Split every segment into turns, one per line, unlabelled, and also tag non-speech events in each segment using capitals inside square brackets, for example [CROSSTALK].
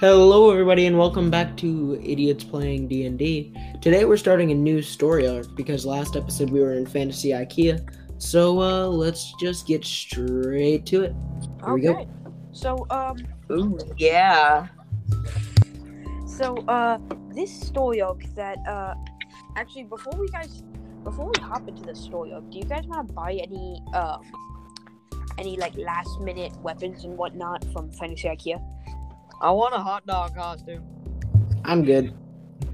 Hello, everybody, and welcome back to Idiots Playing D and D. Today, we're starting a new story arc because last episode we were in Fantasy IKEA. So uh, let's just get straight to it. Here we go.
Okay. So um
Ooh, yeah.
so uh this story arc that uh actually before we guys before we hop into the story arc, do you guys wanna buy any um any like last minute weapons and whatnot from Fantasy IKEA?
I want a hot dog costume.
I'm good.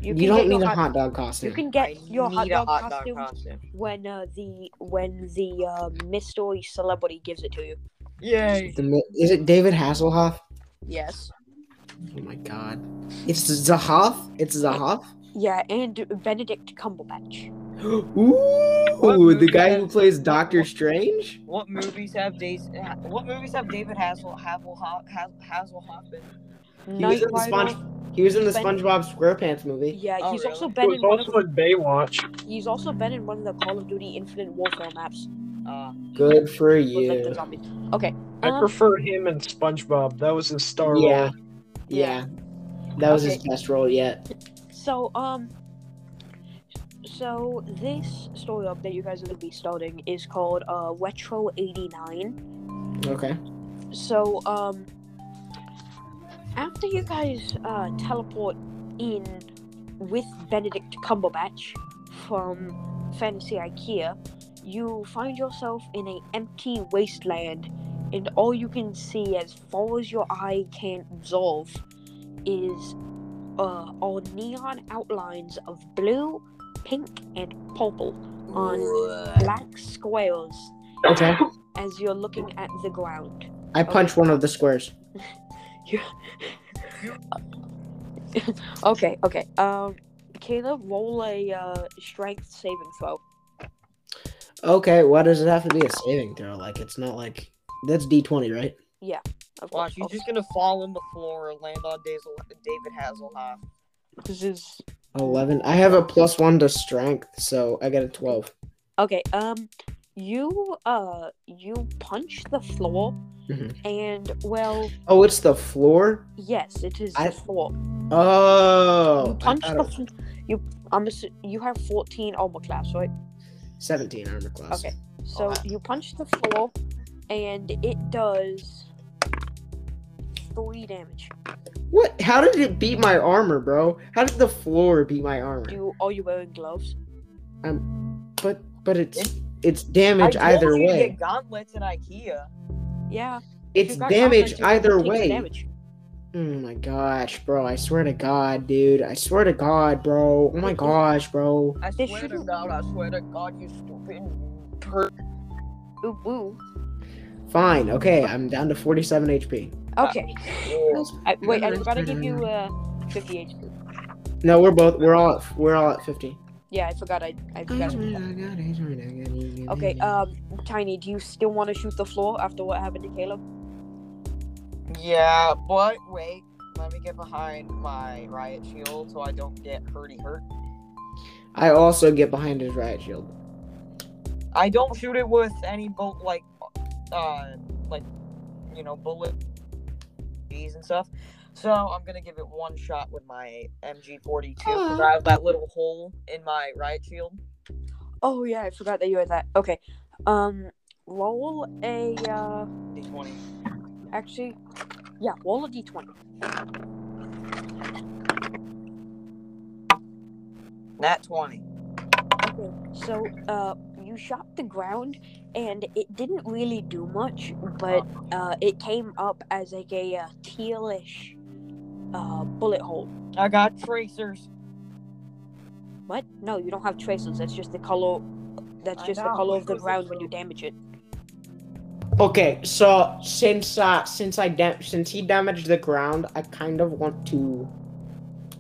You,
can
don't
get your
need a hot dog costume.
you can get
I
your hot
need a
dog
hot dog
costume
costume.
when uh, the when the uh, mystery celebrity gives it to you.
Yay.
The mi- is it David Hasselhoff?
Yes.
Oh my God! It's Zahoff. It's Zahoff. [GASPS]
Yeah, and Benedict Cumberbatch.
Ooh, the guy who plays Doctor Strange.
What movies have Days? ha- What movies have David Hassel Hasselhoff Has- Hasselhoff in?
He was in the
Knight
Sponge.
Rider.
He was in the
Ben-
SpongeBob SquarePants movie.
Yeah,
Oh,
he's also
really?
been
He was
in one of
also in Baywatch.
He's also been in one of the Call of Duty Infinite Warfare maps.
Uh,
Good for
With, like, the
you.
zombies. Okay.
I
Uh-huh.
um,
prefer him and SpongeBob. That was his star
Yeah.
role.
Yeah, that was his
Okay.
best role yet.
so um, so this story up that you guys are gonna be starting is called uh Retro '89.
Okay.
So um, after you guys uh teleport in with Benedict Cumberbatch from Fantasy IKEA, you find yourself in a empty wasteland, and all you can see, as far as your eye can absorb, is uh, all neon outlines of blue, pink, and purple on black squares
Okay.
as you're looking at the ground.
I punched one of the squares.
Okay, okay. Um, Caleb, roll a uh, strength saving throw.
Okay, why does it have to be a saving throw? Like, it's not like that's D twenty, right?
Of
watch,
course,
he's just gonna fall on the floor and land on Daisel- David Hasselhoff.
this is
Eleven. I have a plus one to strength, so I got a twelve.
Okay, um you uh you punch the floor
Mhm.
and well
Oh, it's the floor.
yes it is
I-
the floor.
Oh,
you
I
punch
thought
the
it-
fl- you I'm assu- you have 14 armor class, right?
seventeen armor class.
Okay. So
wow.
you punch the floor and it does 3 damage.
What? How did it beat my armor, bro? How did the floor beat my armor?
You are you wearing gloves?
But but it's
It-
it's damage
I told
either
you to
way.
Get gauntlets at IKEA.
Yeah. if
It's
you got gauntlets,
damage
you're gonna
either
take the
way.
damage.
Oh my gosh, bro! I swear to God, dude! I swear to God, bro! Oh my gosh, bro!
I
They
swear to
shouldn't-
God, I swear to God, you stupid per.
Ooh, ooh.
Fine. Okay, I'm down to forty-seven HP.
Okay. Uh, I, wait, I'm about to give you uh 50 HP.
No, we're both we're all at, we're all at fifty.
Yeah, I forgot I I forgot. about that.
Mm-hmm.
Okay, um, Tiny, do you still want to shoot the floor after what happened to Caleb?
Yeah, but wait. Let me get behind my riot shield so I don't get hurty hurt.
I also get behind his riot shield.
I don't shoot it with any bolt like, uh, like, you know, bullet bees and stuff. So I'm gonna give it one shot with my MG42 because I have that little hole in my riot shield.
Oh yeah, I forgot that you had that. Okay, um, roll a uh,
D20.
actually, yeah, roll a d20.
Nat 20.
Okay, so uh, you shot the ground, and it didn't really do much, but uh, it came up as like a uh, tealish uh bullet hole.
I got tracers.
What? No, you don't have tracers. That's just the color. That's
I
just the
know,
color of
it
the
was a
ground when you
joke.
damage it.
Okay, so since uh since I dam- since he damaged the ground, I kind of want to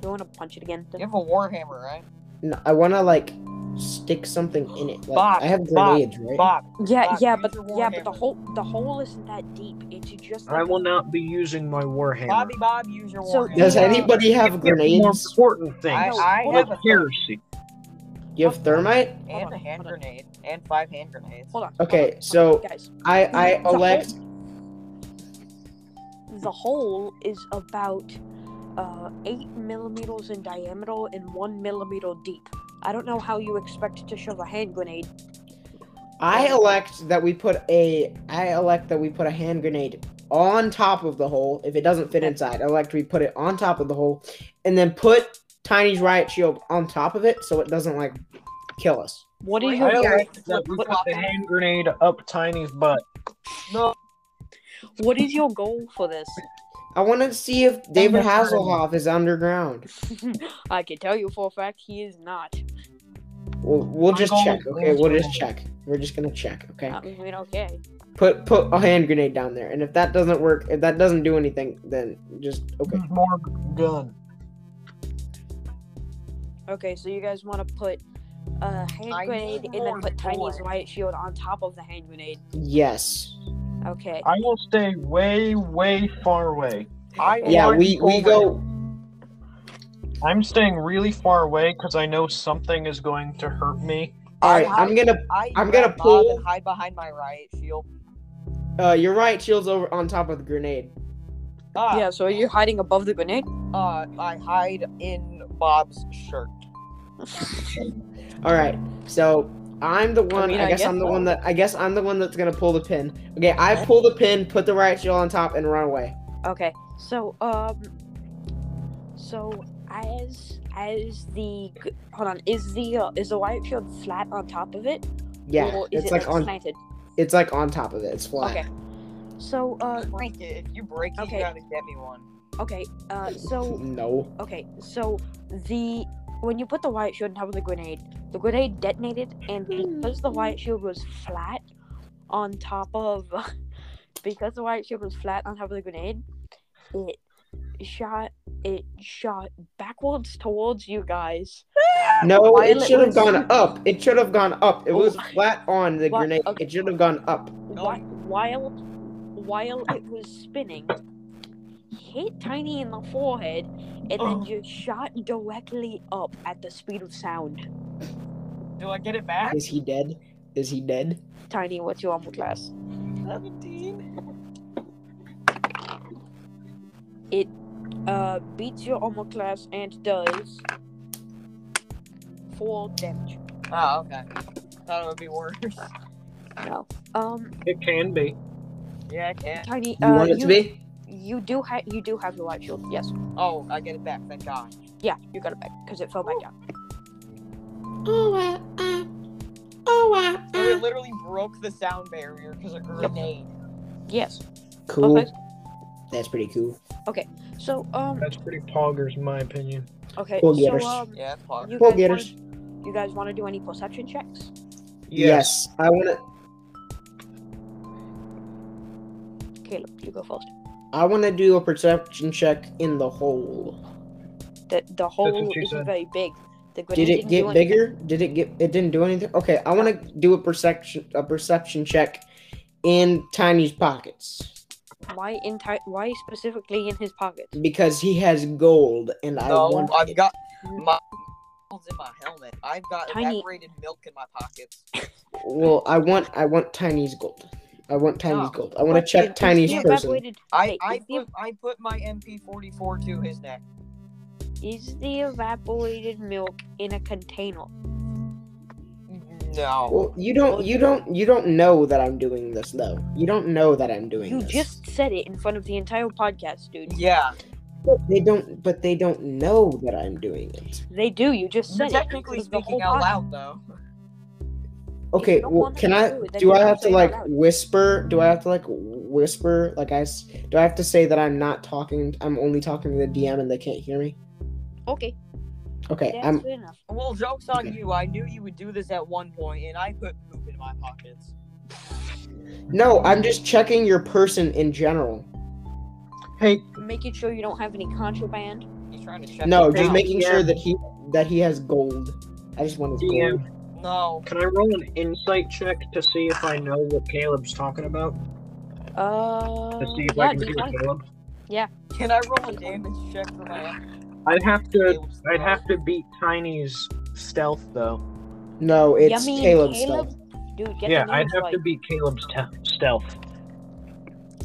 You want to punch it again?
You have a warhammer, right?
no, I want to like stick something in it. Like,
Bob,
I have
Bob,
grenades, right?
Bob,
Yeah,
Fuck,
yeah,
use
but
your
yeah, but the
warhammer.
hole the hole isn't that deep. It's just like
I will not be using my warhammer.
Bobby, Bob, use your
So-
warhammer.
Does
Yeah.
anybody have
More
grenades?
important things.
I- I
like
have a-
heresy.
You have thermite?
Hold
and
on,
a hand
hold on.
grenade and five hand grenades.
hold on. hold on,
Okay,
hold on,
so
guys,
I I
The
elect
hole, the hole is about uh, eight millimeters in diameter and one millimeter deep. I don't know how you expect to shove a hand grenade.
I elect that we put a I elect that we put a hand grenade on top of the hole. If it doesn't fit inside, I elect we put it on top of the hole and then put Tiny's riot shield on top of it so it doesn't like kill us.
What is
Wait,
your
I
Yeah,
like
it's
that
like
we
what-
put the hand grenade up Tiny's butt.
No,
what is your goal for this? [LAUGHS]
I want to see if David
Underground.
Hasselhoff is underground.
I can tell you for a fact he is not.
We'll, we'll
I'm
just
going
check.
with
Okay, we'll just
Underground.
check. We're just gonna check. Okay.
I mean, okay.
Put put a hand grenade down there, and if that doesn't work, if that doesn't do anything, then just okay.
Hmm.
Use more gun.
Okay, so you guys want to put a hand
I
grenade
need
and
more
then put Tiny's
boy.
riot shield on top of the hand grenade.
Yes.
Okay.
I will stay way, way far away. I
Yeah.
want
We we
Coleman.
go.
I'm staying really far away because I know something is going to hurt me.
All right. I'm gonna
I
I'm gonna
grab Bob
pull-
and hide behind my riot shield.
Uh, your right shield's over on top of the grenade.
Ah,
Yeah, so you're hiding above the grenade?
uh, I hide in Bob's shirt.
All right, so I'm the one. I,
mean, I
guess,
guess
I'm the
so.
one that. I guess I'm the one that's gonna pull the pin. Okay, I pull the pin, put the right shield on top, and run away.
Okay. So um so as as the g- hold on, is the uh, is the riot shield flat on top of it?
Yeah,
Or is
it's
it
like on.
slanted?
It's like on top of it. It's flat.
Okay. So uh
Break it. If you break it,
Okay.
you gotta get me one.
okay, uh so
[LAUGHS] No.
okay, so the when you put the riot shield on top of the grenade, the grenade detonated and because the riot shield was flat on top of [LAUGHS] because the riot shield was flat on top of the grenade, it shot it shot backwards towards you guys. Uh,
No, it
Violet
should have
was-
gone up. It should have gone up. It
Oh.
was flat on the
Wha-
grenade.
okay.
It should have gone up.
Whi- while while it was spinning, hit Tiny in the forehead, and then
Oh.
just shot directly up at the speed of sound.
Do I get it back?
Is he dead? Is he dead?
Tiny, what's your armor class?
17.
It uh beats your armor class and does four damage.
Oh, okay. Thought it would be worse.
No. Um,
It can be.
[LAUGHS] Yeah, I can.
Tiny.
You
uh,
want it to be?
you do have you do have the light shield. Yes.
Oh, I get it back. Thank God.
Yeah, you got it back because it fell back down.
Oh, uh, uh, oh, uh,
So it literally broke the sound barrier because a grenade.
Yes.
Cool.
Okay.
That's pretty cool.
So um.
That's pretty poggers, in my opinion.
Okay.
Go
So
getters.
um.
Yeah, that's hard.
You
Go
guys
getters.
wanna- you guys want to do any perception checks?
Yes. I want to.
Caleb, you go first.
I want to do a perception check in the hole.
The the hole
what she
isn't
said.
very big. The grenade
Did it
didn't do
get
anything.
bigger? Did it get? It didn't do anything. Okay, I want to do a perception a perception check in Tiny's pockets
Why in ti- Why specifically in his pocket?
because he has gold, and I
No,
want.
I've got my it's in my helmet. I've got
Tiny-
evaporated milk in my pockets.
Well, I want. I want Tiny's gold. I want Tiny's
No,
gold. I want to check
Is the
Tiny's person.
evaporated-
I
wait,
I
is, the,
put, I put my MP44 to his neck.
is the evaporated milk in a container?
No.
Well, you don't. You don't. You don't know that I'm doing this though. You don't know that I'm doing.
You
this.
just said it in front of the entire podcast, dude.
Yeah.
But They don't. But they don't know that I'm doing it.
They do. You just
You're
said
technically
it. in front of the
speaking
whole
out
pod-
loud though.
Okay,
you don't
well,
want
can
them to
I?
do it, then
Do
you
I
don't
have to
say it out
like
loud.
whisper? Do I have to like whisper? Like I, s- do I have to say that I'm not talking? I'm only talking to the DM and they can't hear me.
Okay,
Okay,
that's
I'm
good enough.
Well, jokes on you. I knew you would do this at one point, and I put poop in my pockets.
no, I'm just checking your person in general.
Hey,
Making sure you don't have any contraband.
He's trying to check.
No,
it
just
out.
making
Yeah.
sure that he that he has gold. I just want his gold.
DM,
out. No.
can I roll an insight check to see if I know what Caleb's talking about?
Uh,
To see if
yeah,
I can
do you
hear
want
Caleb?
Can I roll a damage check for my?
I'd have to.
Caleb's
I'd have to beat Tiny's stealth though.
No, it's
Yummy and
Caleb's
Caleb?
stuff.
Dude, get
yeah,
the
I'd
names
have
right.
to beat Caleb's te- stealth.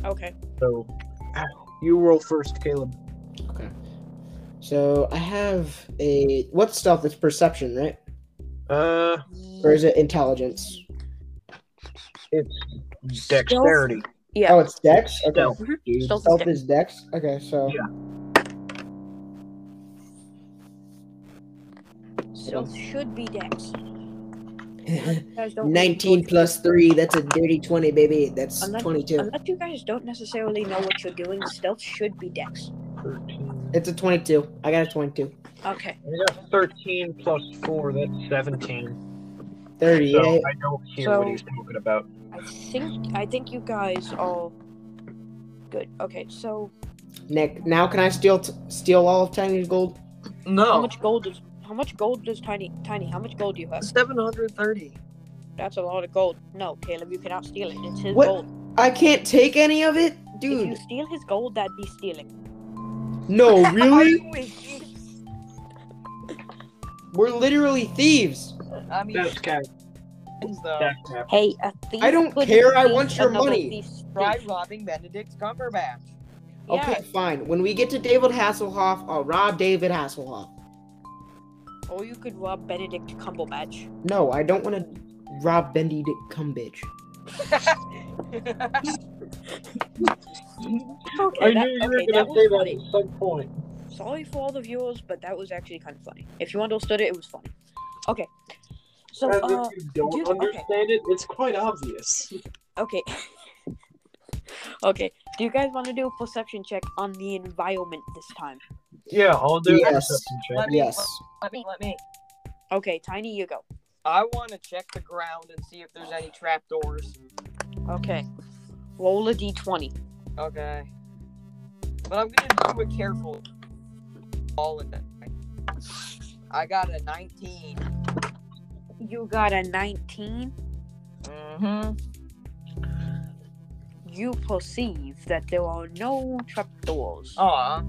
Okay.
So, you roll first, Caleb.
So I have a what's stealth? It's perception, right?
Uh,
Or is it intelligence?
it's dexterity.
Yeah.
Oh, it's Dex. Okay.
Stealth.
Stealth is
Stealth
Dex.
is Dex. Okay, so
Yeah.
So it should be Dex. You guys don't really go
19
to-
plus three. That's a dirty 20, baby. That's
Unless-
22.
Unless you guys don't necessarily know what you're doing, stealth should be Dex.
13.
It's a 22. I got a 22.
Okay.
I got 13 plus 4, that's 17. So
38.
I don't hear
So-
what he's talking about.
I think I think you guys are good. Okay, so
Nick, now can I steal t- steal all of Tiny's gold?
how
No.
much gold is how much gold does Tiny Tiny? How much gold do you have?
730.
That's a lot of gold. No, Caleb, you cannot steal it. It's his
What?
gold.
I can't take any of it,
If you
dude.
steal his gold, that'd be stealing. [LAUGHS]
No, really?
I wish-
We're literally thieves.
I mean,
That's cap.
though.
That's cap.
Hey, a thief.
I don't
could
care, I
steal
want your
another
money.
thief's thief.
Try robbing Benedict Cumberbatch.
Okay, fine. When we get to David Hasselhoff, I'll rob David Hasselhoff.
Yeah, or you could rob Benedict Cumberbatch.
No, I don't want to rob Bendy Dick Cumbitch.
Okay, that,
I knew you
okay,
were
that
going to say
was
that
funny.
at some point.
Sorry for all the viewers, but that was actually kind of funny. If you understood it, it was funny. Okay. So,
As
uh,
if you don't
do- okay.
understand it, it's quite obvious.
okay. [LAUGHS] okay. Do you guys want to do a perception check on the environment this time?
[LAUGHS] Yeah, I'll do
Yes.
a perception check.
Let me-
Yes.
Let me, let me.
Okay, Tiny, you go.
I want to check the ground and see if there's any trapdoors.
Okay. Roll a d20.
Okay. But I'm gonna do it carefully. All in it. I got a 19.
You got a 19.
Mm-hmm.
You perceive that there are no trapdoors.
Aw.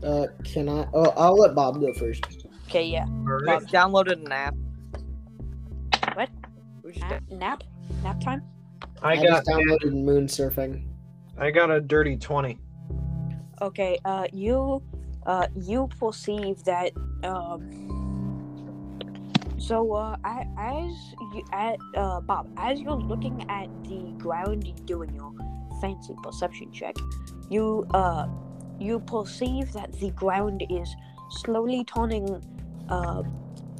Uh, can I? Oh, I'll let Bob go first.
Okay, yeah.
I've downloaded an app.
What?
Who'd you
Nap? Nap, nap time?
I got
just downloaded moon surfing.
I got a dirty 20.
Okay, uh, you, uh, you perceive that, um, so, uh, I, as you, at, uh, Bob, as you're looking at the ground and doing your fancy perception check, you, uh, you perceive that the ground is slowly turning, uh,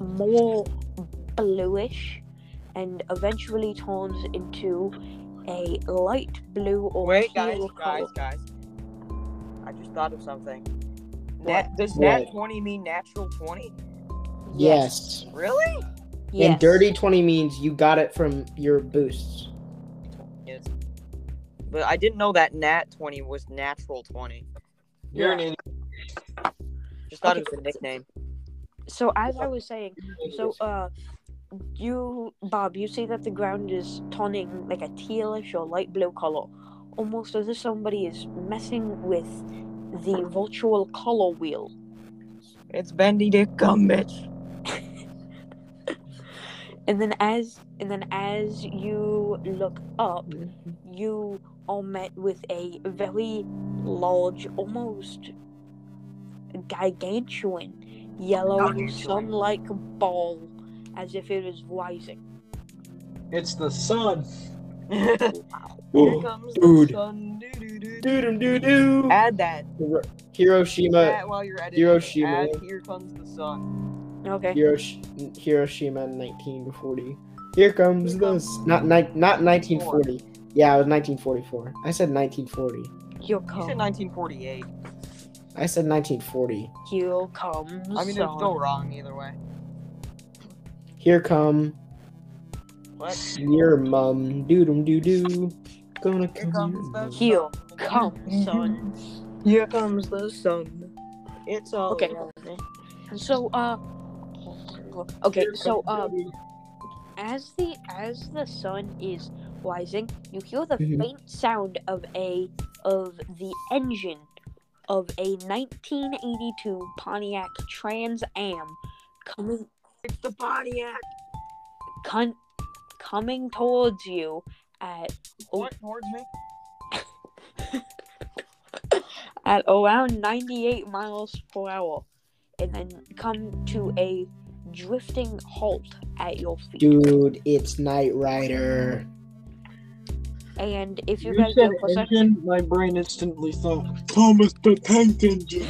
more bluish and eventually turns into a light blue or
Wait, guys,
teal
guys,
color.
guys. I just thought of something.
What?
Nat- does
What?
nat 20 mean natural 20?
Yes.
Really?
Yes.
And dirty 20 means you got it from your boosts.
Yes. But I didn't know that nat 20 was natural 20.
You're
Yeah.
an
Just thought
Okay.
it was a nickname.
So as I was saying,
idiot.
so uh, you Bob, you see that the ground is turning like a tealish or light blue color, almost as if somebody is messing with the virtual color wheel.
It's Bendy Dick [LAUGHS] Gumbitch.
And then as and then as you look up, you are met with a very large, almost gigantuan yellow sun-like ball, as if it is rising.
it's the sun.
Wow.
Here comes the
dude.
sun. Doo, doo, doo.
Doodum doo doo.
Add that.
Hiroshima.
that while you're editing.
Hiroshima.
Add here comes the sun.
Okay.
Hirosh- Hiroshima 1940. Here comes the s- not ni- not 1940. Yeah, it was 1944. I said 1940.
Here
You said
comes,
1948.
I said 1940.
here comes.
I mean, it's still wrong either way.
Here come
What?
your mum. Doodum doo doo. Gonna
Here
come. your
comes the
mum.
Here
sun.
come, son.
Here comes the sun. It's all
Okay.
around
So, uh, okay. So,
uh,
um, as the as the sun is rising, you hear the
Mm-hmm.
Mhm.
faint sound of a of the engine of a 1982 Pontiac Trans Am coming
It's the Pontiac.
con- coming towards you at
oh. What towards me?
at around 98 miles per hour and then come to a drifting halt at your feet.
Dude, it's Knight Rider.
And if you,
You
guys
said
do a perception,
engine, my brain instantly thought Thomas the Tank Engine.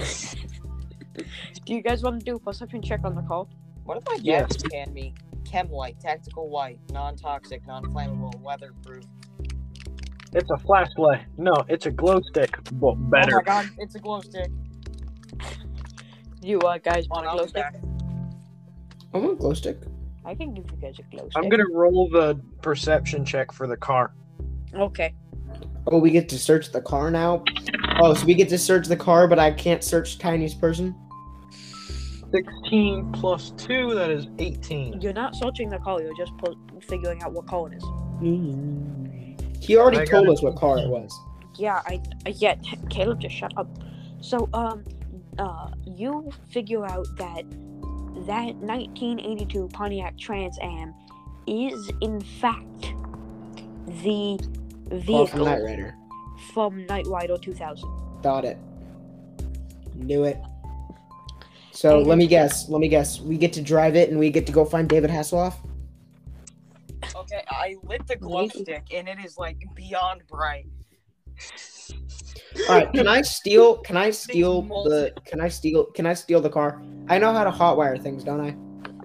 do you guys want to do a perception check on the car?
What if my
Yeah.
gas can be chem light, tactical light, non-toxic, non-flammable, weatherproof?
It's a flashlight. No, it's a glow stick, but
Oh
better.
my god, it's a glow stick.
You uh, guys
Come on,
want a
I'll
glow
be
stick?
back.
I want glow stick.
I can give you guys a glow stick.
I'm gonna roll the perception check for the car.
Okay.
Oh, we get to search the car now. Oh, so we get to search the car, but I can't search Tiny's person.
16 plus 2, that is 18.
You're not searching the car, you're just pu- figuring out what car it is.
He already
I got
told
it.
us what car it was.
Yeah, I I- yeah, Caleb just shut up. So um uh you figure out that that 1982 Pontiac Trans Am is in fact the
Car from
vehicle
Knight Rider.
from Night Rider 2000.
Got it. Knew it. So let me guess. Let me guess. We get to drive it, and we get to go find David Hasselhoff.
Okay, I lit the glow
Maybe.
stick and it is like beyond bright.
All right. Can I steal? Can I steal the?
molten.
Can I steal? Can I steal the car? I know how to hotwire things, don't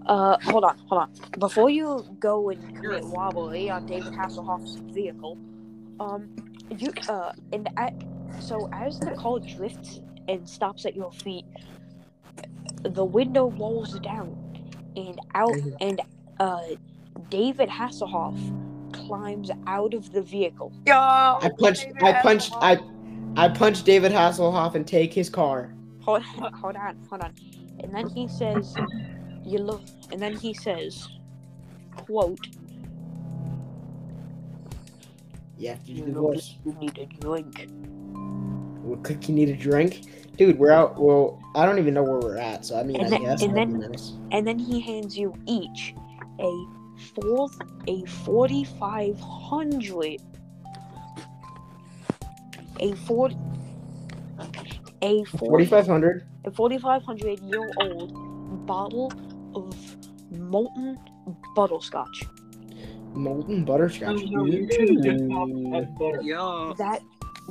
I?
Uh hold on, hold on. Before you go and
You're
commit
a-
robbery on David Hasselhoff's vehicle, um you uh and I, so as the car drifts and stops at your feet the window rolls down and out
Mhm.
and uh david hasselhoff climbs out of the vehicle
Yo,
I punched. I punched. I. I punched David Hasselhoff and take his car.
hold, hold on hold on and then he says you look and then he says quote
You have to
you
do the
look like
voice.
you need a drink
Well, Cook, you need a drink, dude. We're out. Well, I don't even know where we're at. So I mean,
And
I
then-
guess.
and
that'd be
then-
nice.
and then he hands you each a fourth a 4500 a 40 a 40
Forty-five hundred.
a 4500 year old bottle of molten butterscotch
Molten Mm. butterscotch.
Oh,
Ooh.
Yo,
that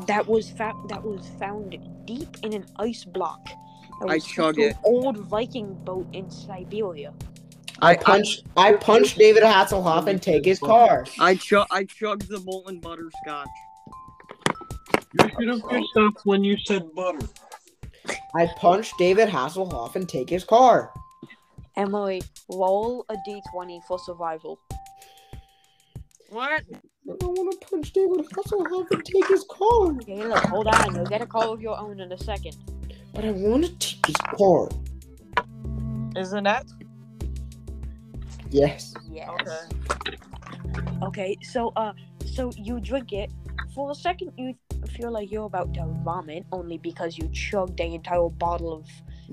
that was found that was found deep in an ice block that
I
was sent
chug
to an
it.
old viking boat in siberia
I punched. I punched David Hasselhoff and take his car.
I chug I chugged the molten butterscotch.
You should have just stopped when you said butter.
I punched David Hasselhoff and take his car.
emily roll a d20 for survival
What?
I don't want to punch David Hasselhoff and take his car,
Caleb, hold on. You'll get a call of your own in a second.
but I want to take his car.
Isn't that
Yes.
Yes.
okay?
Okay, so uh so you drink it. For a second you feel like you're about to vomit only because you chugged an entire bottle of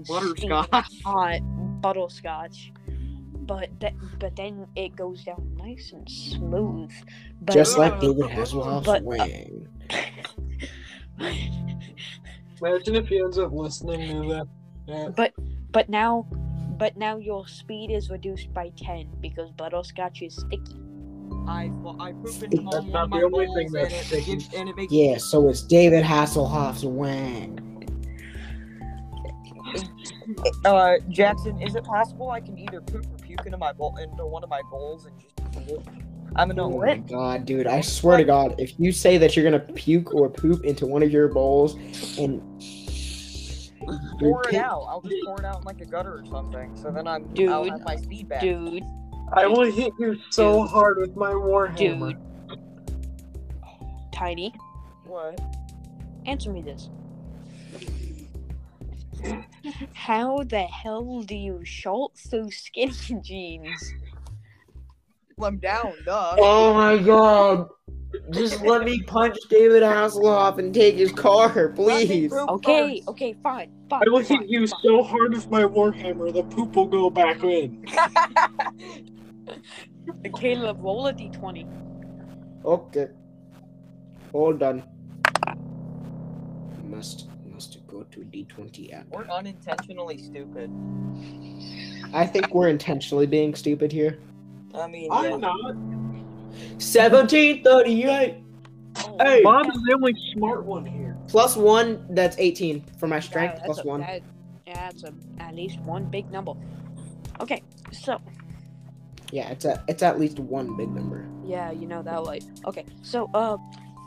Butterscotch.
steaming hot butterscotch. But that but then it goes down nice and smooth. But
Just like
uh,
David Hasselhoff's
but, uh,
wing.
Imagine if he ends up listening to
[LAUGHS]
that.
but but now but now your speed is reduced by ten because butterscotch is sticky.
I well, I poop into
That's
all
not
my
the only
bowls
thing
and
that's
it,
sticky.
gives- and it makes
Yeah, so it's David Hasselhoff's wang.
Uh, Jackson, is it possible I can either poop or puke into my bowl into one of my bowls and just eat it? I'm an
Oh
old
my god, dude! I swear to God, if you say that you're gonna puke or poop into one of your bowls, and
pour it out. I'll just pour it out in like a gutter or something. So then I'm I'll
Dude.
have my speed back.
Dude,
I will hit you so
Dude.
hard with my warhammer.
dude. Tiny.
What?
Answer me this. How the hell do you short through skinny [LAUGHS] jeans?
I'm down,
[LAUGHS]
duh.
Oh my god. Just let me punch David Hasselhoff and take his car, [LAUGHS] please.
Okay, okay, fine, fine.
I will
fine,
hit you
fine.
so hard with my warhammer, the poop will go back in.
Caleb, roll a d20.
Okay. All done. Must not us to go to D20 app.
We're unintentionally stupid.
I think we're intentionally being stupid here.
I mean, yeah.
I'm not.
uh, 1738
Oh,
Hey.
Bob's the only smart one here.
plus one, that's 18 for my
wow,
strength,
that's
plus
a-
one.
that- yeah, that's a, at least one big number. Okay, so
Yeah, it's at, it's at least one big number.
yeah, you know that way. Okay, so uh,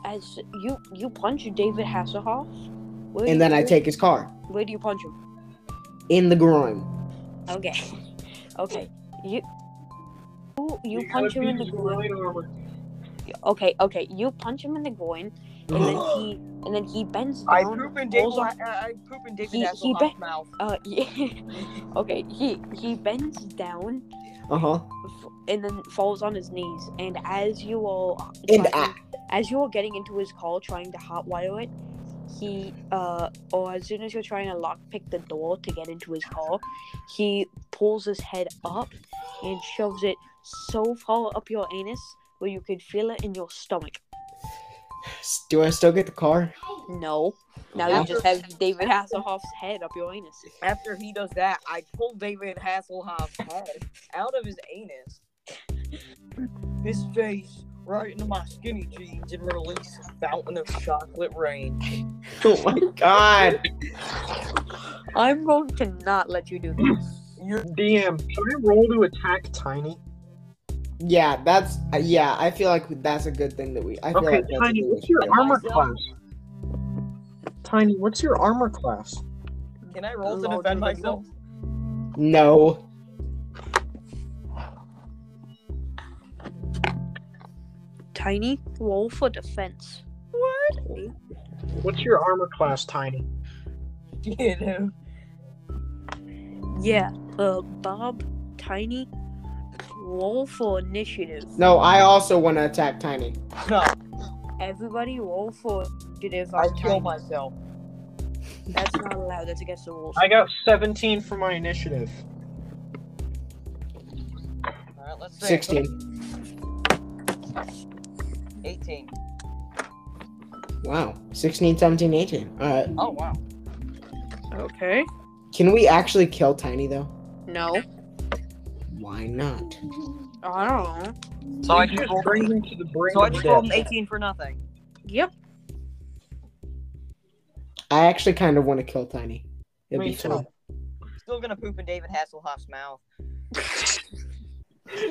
as you you punch David Hasselhoff, where do
And then
you-
I take his car
where do you punch him?
in the
[GASPS]
groin.
Okay, [LAUGHS] okay, you you, you punch him in the groin. Okay, okay, you punch him in the groin, and then [GASPS] he and then he bends down.
I poop in David.
rolls on-
I, I poop in David
He- he
Hasselhoff's
bet-
mouth.
[LAUGHS] Uh, yeah. [LAUGHS] okay, he he bends down
Uh huh.
f- and then falls on his knees. And as you all
And
trying-
I,
as you are getting into his call, trying to hotwire it, he uh, or as soon as you're trying to lockpick the door to get into his call, he pulls his head up and shoves it so far up your anus where you could feel it in your stomach.
do I still get the car? [LAUGHS]
No, now you just have David Hasselhoff's head up your anus.
After he does that, I pull David Hasselhoff's head out of his anus, his face right into my skinny jeans, and release a fountain of chocolate rain.
Oh my god.
I'm going to not let you do this.
You're
DM, can I roll to attack Tiny?
Yeah, that's uh, yeah. I feel like that's a good thing that we. I feel
Okay,
like that's a
Tiny,
good
what's your
idea.
armor
Myself.
class? Tiny, what's your armor class?
Can I roll to
Lord,
defend
you would
myself?
No,
Tiny roll for defense.
What's your armor class, Tiny?
You know,
Yeah, uh, Bob, Tiny, roll for initiative.
no. I also want to attack Tiny.
[LAUGHS] no,
Everybody roll for initiative.
I
on
kill
Tiny.
myself.
That's not allowed. That's against the rules.
I got 17 for my initiative.
All right, let's see.
Sixteen.
18.
Wow. 16, 17, 18. All right.
Oh wow.
Okay.
Uh, Can we actually kill Tiny though?
No.
Why not?
I don't know.
So I
You
just
just bring him to the brink
So I
of
just
death.
rolled an 18 for nothing.
Yep.
I actually kind of want to kill Tiny. It'd
Me
be fun.
Still gonna poop in David Hasselhoff's mouth.
[LAUGHS]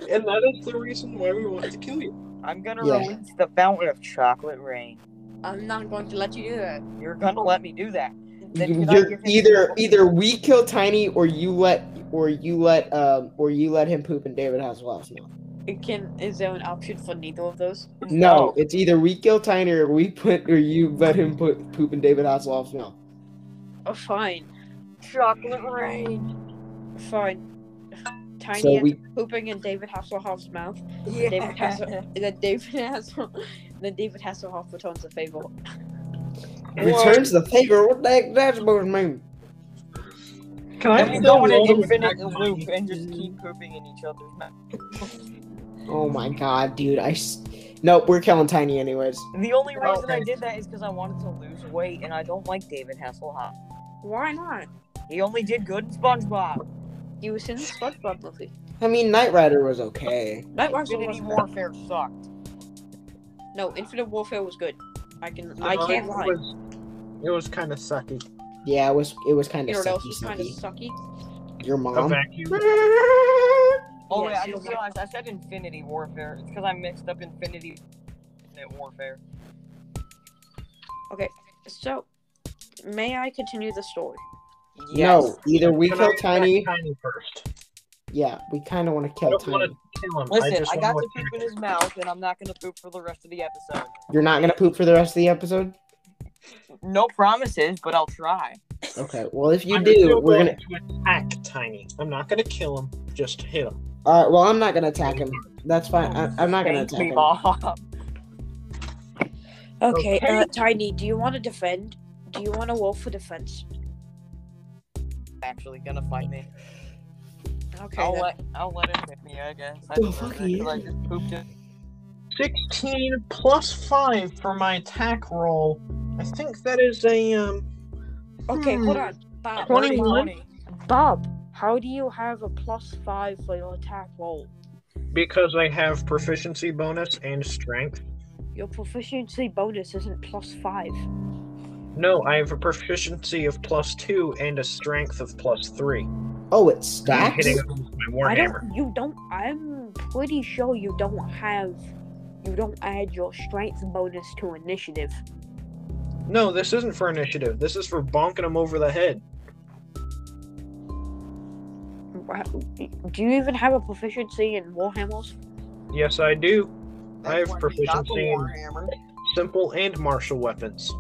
And that is the reason why we wanted to kill you.
I'm gonna
Yeah.
release the fountain of chocolate rain.
I'm not going to let you do that.
You're gonna let me do that. Then
You-
can I
You're
give him-
either either we kill Tiny or you let or you let um or you let him poop in David Hasselhoff's mouth.
It can. Is there an option for neither of those?
No, it's either we kill Tiny or we put or you let him put poop in David Hasselhoff's mouth.
Oh, fine,
Chocolate rain.
fine. Tiny
So
ends
we
up pooping in David Hasselhoff's mouth. [LAUGHS]
Yeah.
David Hassel. Then David Hassel. Then David Hasselhoff returns the favor.
Returns the favor. What the heck that's supposed to mean?
Can
Then we
still
go in an
roll to
infinite
attack
loop
Tiny?
and just keep pooping in each other's mouth.
Oh my god, dude! I s- nope. We're killing Tiny anyways.
The only reason I
Okay.
did that is because I wanted to lose weight, and I don't like David Hasselhoff.
Why not?
He only did good in SpongeBob.
He was in the SpongeBob movie.
I mean, Knight Rider was okay.
That was
Infinity Warfare sucked.
No, Infinite Warfare was good. I can I can't
It
lie.
was, it was kind of sucky.
Yeah, it was. It was kind
You
of
know what else
sucky.
was kind of
sucky.
sucky?
Your
A
mom.
[LAUGHS] vacuum.
Yes,
Oh wait, I
you
just
know.
realized I said Infinity Warfare. It's because I mixed up Infinity Infinite Warfare.
So, may I continue the story?
[LAUGHS] No, either we
Can I
kill
attack
Tiny.
Tiny first.
Yeah, we kind of want to
I
kill
don't want
Tiny.
to kill him. I
Listen,
just
I, got
want
to poop in his mouth, and I'm not gonna poop for the rest of the episode.
You're not gonna poop for the rest of the episode.
No promises, but I'll try.
Okay. Well, if you
I'm
do,
still
we're
going
gonna.
to attack Tiny. I'm not gonna kill him. Just hit him.
All right. Well, I'm not gonna attack him. That's fine. I, I'm not gonna
Thank
attack
me,
him.
Bob. [LAUGHS]
Okay,
Okay.
Uh, Tiny, do you want to defend? Do you want to roll for defense?
Actually, gonna fight me.
Okay.
I'll
then.
let I'll let him hit me. I guess. I
The
deserve
fuck
it, 'cause I
yeah.
just pooped it.
16 plus 5 for my attack roll. I think that is a um I
Okay, hold on. Bob,
Twenty-
Bob,
21?
Bob, how do you have a plus five for your attack roll?
Because I have proficiency bonus and strength.
Your proficiency bonus isn't plus five.
No, I have a proficiency of plus two and a strength of plus three.
Oh, it's
I'm
stacked.
hitting it with my
I
warhammer.
don't. You don't. I'm pretty sure you don't have. You don't add your strength bonus to initiative.
No, this isn't for initiative. This is for bonking them over the head.
Wha- Do you even have a proficiency in Warhammers?
Yes, I do. I have
That's why we got the
proficiency in-
Warhammer.
Simple and martial weapons.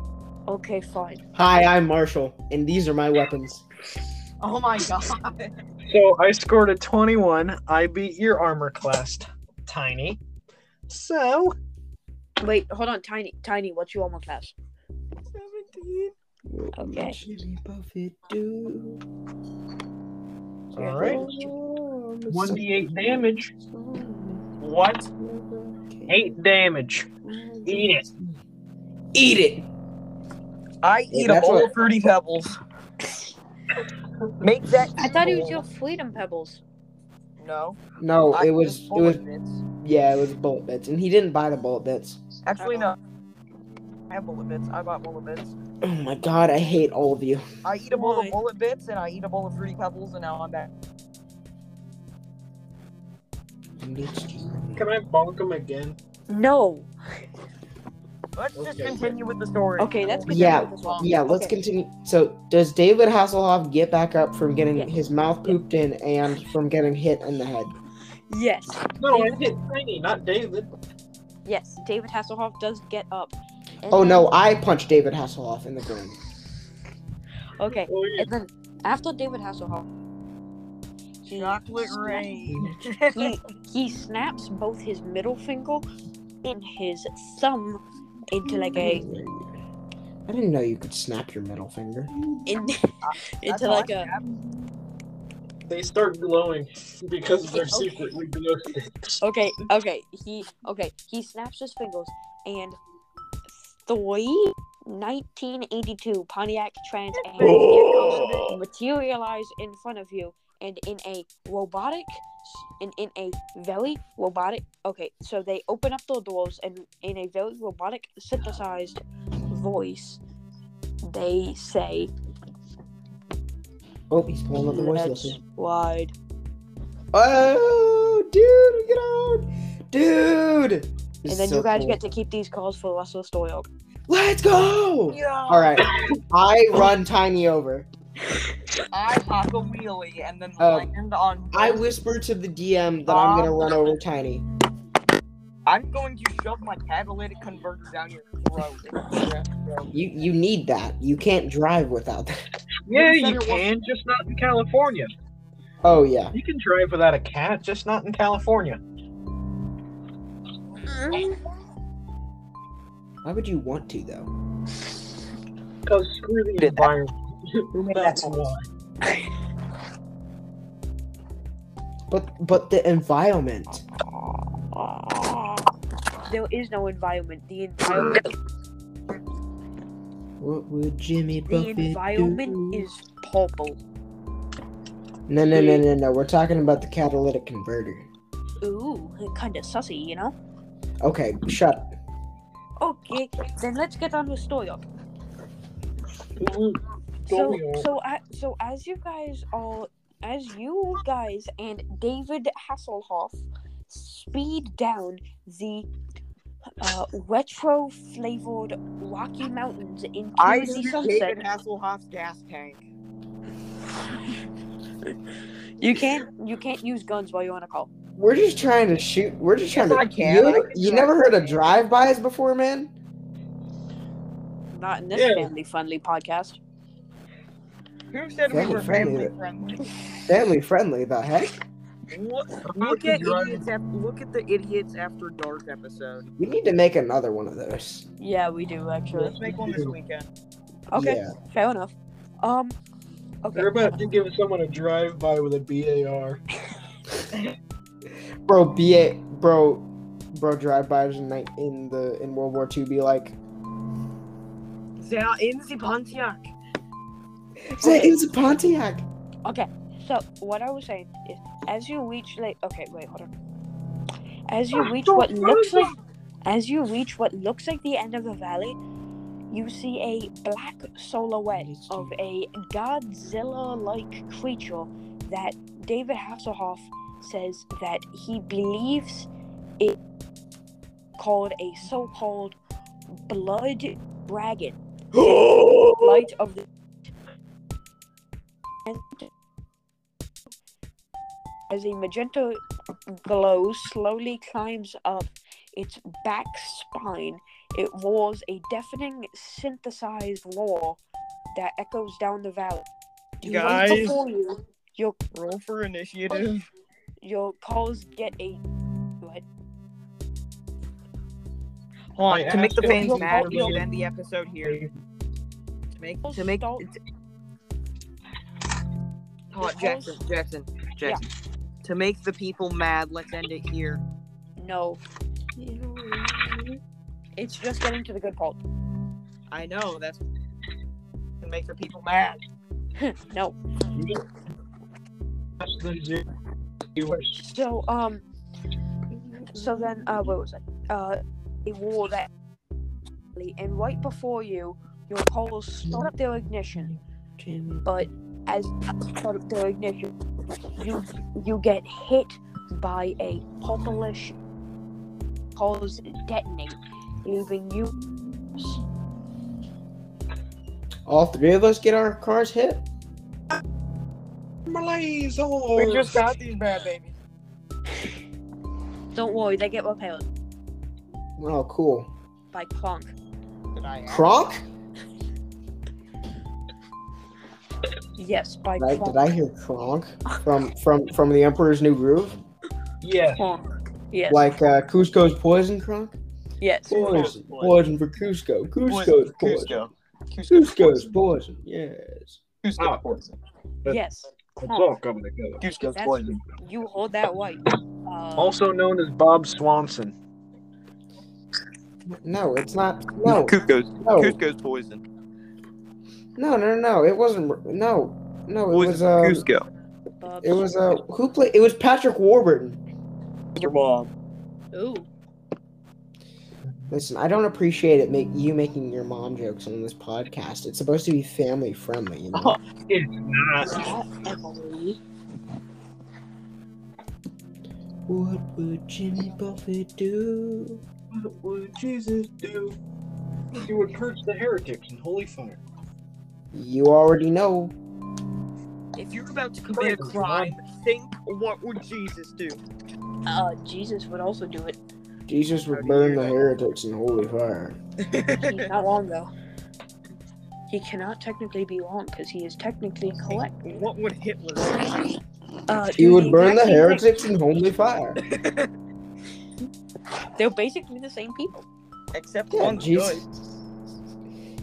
Okay, fine.
Hi, I'm Marshall, and these are my weapons.
Oh my god.
So I scored a 21. I beat your armor class, Tiny. So
Wait, hold on, Tiny. Tiny, what's your armor class?
17.
What will
Okay.
Jimmy Buffett do?
All right.
Oh, I'm a
1d8 damage.
son
What?
of a-
8 damage. Eat it.
Eat it.
I
Yeah,
eat a
that's
bowl
what-
of fruity pebbles. Make that.
I thought it was
evil.
your freedom pebbles.
No.
No,
I
it
eat
was it
bullet
was
bits.
yeah, it was bullet bits, and he didn't buy the bullet bits.
Actually, no. I have bullet bits. I bought bullet bits.
Oh my god, I hate all of you.
I eat a bowl
Why?
of bullet bits and I eat a bowl of fruity pebbles and now I'm back.
Can I bonk him again?
No.
Let's just
Okay.
continue with the story.
Okay, let's
continue Yeah,
with this one.
Yeah, let's
Okay.
continue. So, does David Hasselhoff get back up from getting
Yeah.
his mouth pooped in and from getting hit in the head?
Mm-hmm. Yes.
No, I hit Tiny, not David.
Yes. David Hasselhoff does get up. And
Oh
then-
no, I punched David Hasselhoff in the groin.
Okay.
Oh, yeah.
And then after David Hasselhoff, he
Chocolate
snaps-
rain.
he, he snaps both his middle finger and his thumb into like a
I didn't know you could snap your middle finger.
in, [LAUGHS]
That's
into
all I
like a
have.
They start glowing because they're
Okay.
secretly glow sticks.
okay okay he okay he snaps his fingers and three 1982 Pontiac Trans Am
Oh.
vehicles materialize in front of you and in a robotic and in a very robotic okay so they open up their doors and in a very robotic synthesized voice they say
Oh, he's pulling up the voice
let's
listen.
ride
Oh, dude, get on, dude. This
and
is
then
so
you guys
cool.
get to keep these calls for the rest of the story
Let's
[LAUGHS]
go.
Yeah.
All right, I run Tiny over.
I hop a wheelie and then
Uh,
land on.
I whisper to the DM that I'm gonna run over Tiny.
I'm going to shove my catalytic converter down your throat.
You you need that. You can't drive without that.
Yeah, you can, just not in California.
Oh yeah.
You can drive without a cat, just not in California.
Why would you want to though?
Because screw the
Did that. [LAUGHS]
environment. That's why.
But but the environment.
There is no environment. The environment,
What would Jimmy
the
Buffett
environment
do?
is purple.
No no no no no. We're talking about the catalytic converter.
Ooh, kind of sussy, you know.
Okay, shut. up.
Okay, then let's get on with story. arc. So,
Story arc.
so, I, so as you guys are, as you guys and David Hasselhoff speed down the uh, retro flavored Rocky Mountains into
[LAUGHS] I
the
see
sunset.
David Hasselhoff's gas tank.
You can't, you can't use guns while you're on a call.
We're just trying to shoot. We're just trying
Yes,
to.
I can.
You,
I can
you
drive.
never heard of drive-bys before, man?
Not in this
Yeah.
family friendly podcast.
Who said we
Family
were
friendly.
family friendly?
Family friendly, the heck?
Look,
about
look
to
at
drive-
idiots. Af- look at the idiots after dark episode.
We need to make another one of those.
Yeah, we do actually.
Let's make one this weekend.
Okay,
Yeah.
fair enough. Um, okay.
They're about to give someone a drive by with a BAR.
Bro, BA, bro, bro, drive-bys in, ni- in the in World War II be like,
They are in the Pontiac.
So it was a Pontiac.
Okay, so what I was saying is, as you reach like, okay, wait, hold on. As
Ah,
you reach what looks like, as you reach what looks like the end of the valley, you see a black silhouette of a Godzilla-like creature that David Hasselhoff says that he believes it called a so-called blood dragon. [GASPS] Light of the as a magenta glow slowly climbs up its back spine, it roars a deafening synthesized roar that echoes down the valley. You look
Guys.
Before you, your
Roll for initiative.
your calls get a what?
Hold on.
Wait,
To make the
Ashton,
fans
you'll-
mad, we
you'll-
should end the episode here. To make to make.
Don't-
Hold on, Jackson, Jackson, Jackson. To make the people mad, let's end it here.
No. It's just getting to the good part.
I know that's to make the people mad.
no.
You wish.
So um. So then, uh, what was it? Uh, they wore that, and right before you, your calls start up their ignition. But as they start up their ignition, you you get hit by a purplish calls detonate, leaving you
All three of us get our cars hit.
Malaise.
We just got these bad babies.
Don't worry, they get repaired
Oh, cool.
by Kronk.
Did I ask?
Kronk?
Yes, by
Did I,
Kronk.
did I hear Kronk from from from the Emperor's New Groove?
Yeah.
Kronk. Yes.
Like uh, Cusco's poison Kronk?
yes.
Poison,
Poison.
poison for Cusco. Cusco's
Poison.
poison.
Cusco.
Cusco's poison. Yes.
Ah.
Cusco poison.
But-
Yes.
It's
Kronk.
all coming together.
Cusco's
That's-
poison.
You hold that right. Uh,
Also known as Bob Swanson.
No, it's not. No,
Cusco's,
no, no,
Cusco's poison.
no, no, no. It wasn't. No, no. It was. Um,
Cusco.
Bob-
it was. Uh, who played? It was Patrick Warburton.
Your mom.
Ooh.
Listen, I don't appreciate it. Make you making your mom jokes on this podcast. It's supposed to be family friendly. You know?
It's not.
That Emily.
[LAUGHS] What would Jimmy Buffett do?
What would Jesus do? He would purge the heretics in holy fire.
You already know.
If you're about to commit a crime, think what would Jesus do?
Uh, Jesus would also do it.
Jesus would burn the heretics in holy fire. [LAUGHS]
He's not wrong though. He cannot technically be wrong because he is technically correct.
what would Hitler do?
Uh,
He
do
would burn the
exact same thing.
heretics in holy [LAUGHS] fire.
They're basically the same people.
Except
Yeah,
one
Jesus.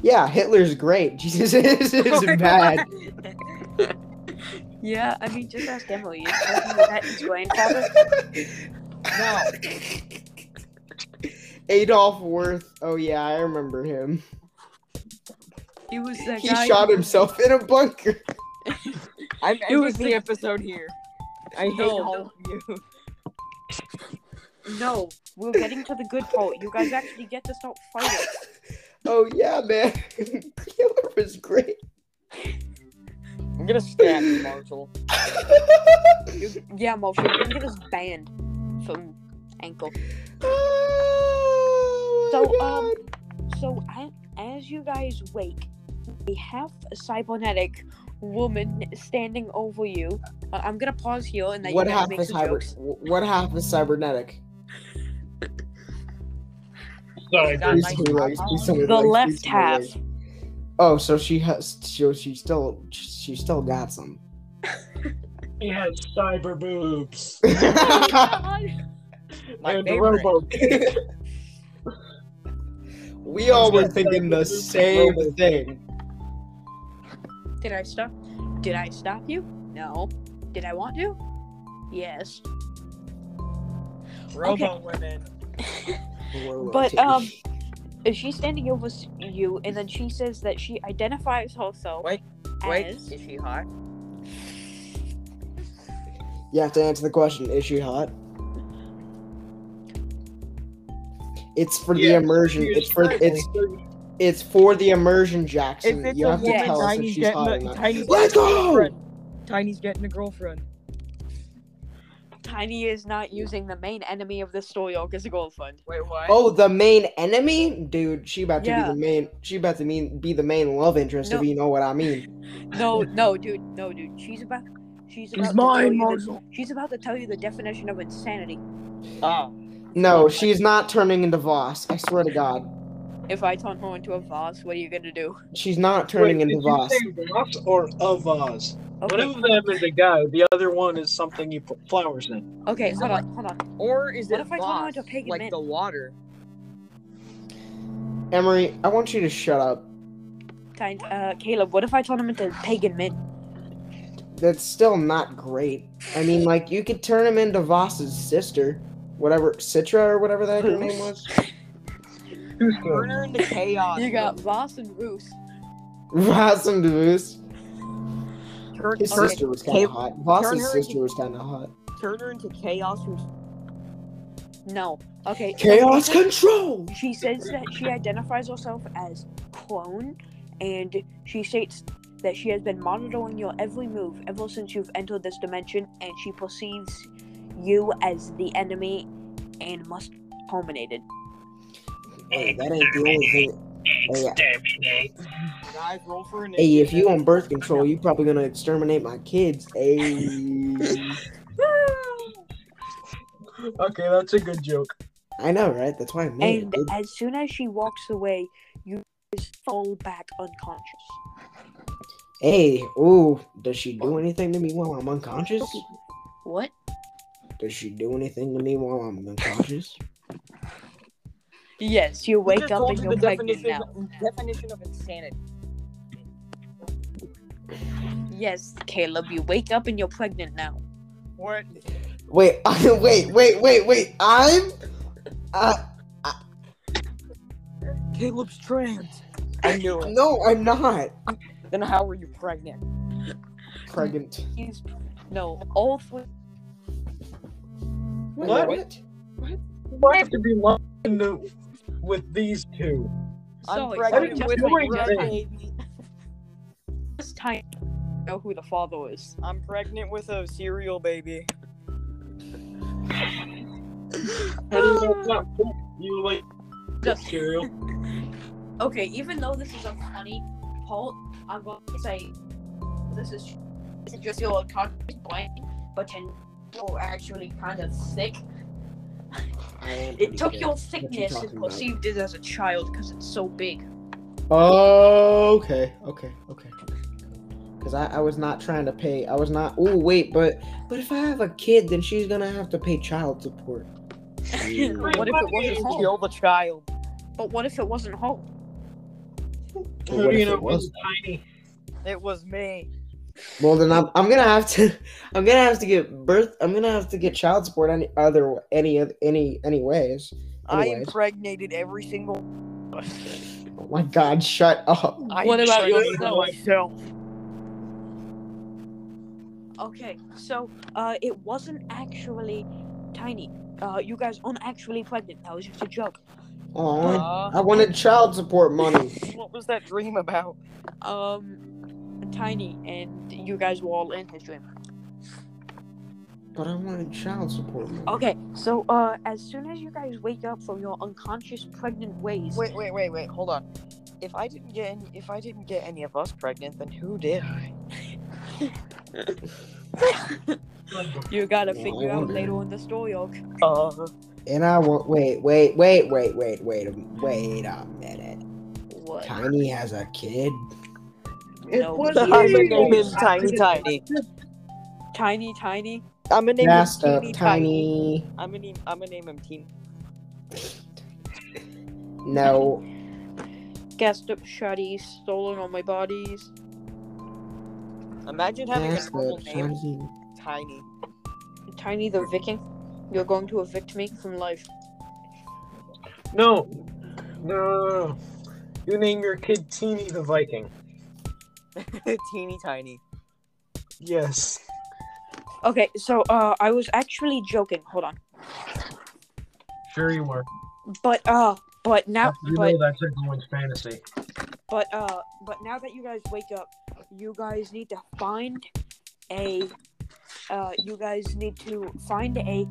Yeah, Hitler's great. [LAUGHS] Jesus is, is bad.
Yeah, I mean, just ask Emily. Is that his grandfather?
No.
Adolf Worth. Oh yeah, I remember him.
He was that
He
guy.
shot himself in a bunker. [LAUGHS]
I'm
It
ending
was
the
the-
episode here. I hate
No.
all of you.
No, we're getting to the good part. You guys actually get to start fighting.
Oh yeah, man. [LAUGHS] Hitler was great.
I'm gonna stab you, Marshall.
Yeah, Marshall, you can get us banned from ankle.
[LAUGHS] Oh, my
So,
God.
um, so I, as you guys wake, we have a cybernetic woman standing over you. Uh, I'm gonna pause here and then
what
you guys
half
make
is
some
hyper-
jokes.
What half is cybernetic?
Sorry,
Is that
Please
guys.
like-
tell me legs, please tell me
The
legs, please
left
tell me
half.
legs. Oh, so she has. So she still. She still got some.
He had cyber [LAUGHS] boobs.
My
and
favorite.
robo.
we all were thinking the same thing.
Did I stop? Did I stop you? No. Did I want to? Yes.
Robo women.
But um, she's standing over s- you, and then she says that she identifies herself
Wait. Wait,
as
is she hot?
You have to answer the question. Is she hot? It's for
Yeah,
the immersion.
You're
It's for
struggling.
it's it's for the immersion,
If
Jackson.
it's
You
a
have to
woman,
tell us if
Tiny's
she's
getting,
hot or
a,
not.
Tiny's
Let's
getting a
go!
girlfriend. Tiny's getting a girlfriend.
Tiny is not using the main enemy of the story arc as a girlfriend.
Wait, what?
Oh, the main enemy, dude. She about to
Yeah.
be the main. She about to mean be the main love interest.
No.
If you know what I mean.
No, no, dude, no, dude. She's about. She's about. to tell you the, she's about to tell you the definition of insanity.
Ah.
No, she's not turning into Voss. I swear to God,
If I turn her into a vase, what are you gonna do?
she's not turning
Wait,
into
did you
Voss.
say Voss or a vase? One
Okay,
of them is a guy. The other one is something you put flowers in.
okay,
So
hold
what-
on, hold on.
Or is
What
it
if I turn her into a
Voss,
pagan
like
man?
the water?
Emery, I want you to shut up.
Tiny, uh, Caleb, what if I turn him into pagan men?
That's still not great. I mean, like you could turn him into Voss's sister, whatever Citra or whatever that her name was.
Who's
Turn her into chaos.
You got Voss and Roos.
Voss and Voss.
turn,
His
turn-
sister was kind
Hey,
of hot.
turn
Voss's
her
sister
into-
was kind of hot.
turn her into chaos. Who's
No. Okay.
Chaos
so-
control.
She says that she identifies herself as clone, and she states that she has been monitoring your every move ever since you've entered this dimension, and she perceives you as the enemy and must be terminated.
Hey, that ain't the only thing. Hey,
Exterminate.
guys roll for initiative?
Hey, if you on birth control, you probably gonna exterminate my kids. Hey,
Okay, that's a good joke.
I know, right? That's why I made it.
And
dude.
as soon as she walks away, you just fall back unconscious.
Hey, ooh, does she do anything to me while I'm unconscious?
What?
Does she do anything to me while I'm
[LAUGHS]
unconscious?
Yes, you
We
wake
just
up
told
and
you
you're
the
pregnant
definition,
now.
definition of insanity.
Yes, Caleb, you wake up and you're pregnant now.
What?
Wait, [LAUGHS] I, wait, wait, wait, wait. I'm. Uh,
Caleb's trans. I knew it.
no, I'm not
Then how were you pregnant?
pregnant.
He's no, all three
What? Why have to be lumped into with these two?
I'm
Sorry,
pregnant
sorry, just
with a
Nobody
red
does that.
baby.
this time I know who the father is.
I'm pregnant with a cereal baby.
How do you know it's not poop? You like
Just-
cereal?
Okay, even though this is a funny poll, I'm going to say this is this is just your unconscious brain, but your nipples are actually kind of thick.
I am
It
pretty
took
good.
your
What you
thickness
talking
and
about?
perceived it as a child because it's so big.
Oh, okay, okay, okay. Because I, I was not trying to pay. I was not. Oh, wait, but but if I have a kid, then she's gonna have to pay child
[LAUGHS]
support. Ew.
What if it wasn't
You
home?
Kill the child.
But what if it wasn't home?
But
How
what
do you
if
know
it
it was
wasn't?
tiny?
It was me.
Well, then I'm, I'm gonna have to. [LAUGHS] I'm gonna have to get birth. I'm gonna have to get child support any other any oth- any any ways.
I
Anyways.
impregnated every single.
Oh my God! Shut up.
I
What about
impregnated
yourself?
Myself.
Okay, so uh, it wasn't actually tiny. Uh, you guys aren't actually pregnant. That was just a joke.
Oh,
Uh,
I wanted child support money.
what was that dream about?
Um, tiny, and you guys were all in his dream.
But I wanted child support money.
Okay, so uh, as soon as you guys wake up from your unconscious pregnant ways,
Wait, wait, wait, wait. Hold on. If I didn't get any, if I didn't get any of us pregnant, then who did?
you gotta
Yeah, I
figure out
wonder.
later in the story arc.
Uh,
And I won't wait, wait, wait, wait, wait, wait, a- wait a minute.
What?
Tiny has a kid.
No.
[LAUGHS] I'm gonna [LAUGHS] name him Tiny Tiny.
Tiny, tiny.
I'm gonna name
Messed
him
up,
Teeny Tiny.
Tiny.
I'm gonna name, I'm gonna name him Teeny.
No,
Gassed up shotties, stolen all my bodies.
Imagine having a
messed
normal
up,
name,
Tiny.
Tiny.
Tiny the Viking. You're going to evict me from life.
No. No, no, no. You name your kid Teeny the Viking.
Teeny tiny. [LAUGHS]
Yes.
Okay, so uh, I was actually joking. Hold on,
Sure you were.
but uh, but now,
you
but
know that's everyone's fantasy.
but uh, but now that you guys wake up, you guys need to find a, uh, you guys need to find a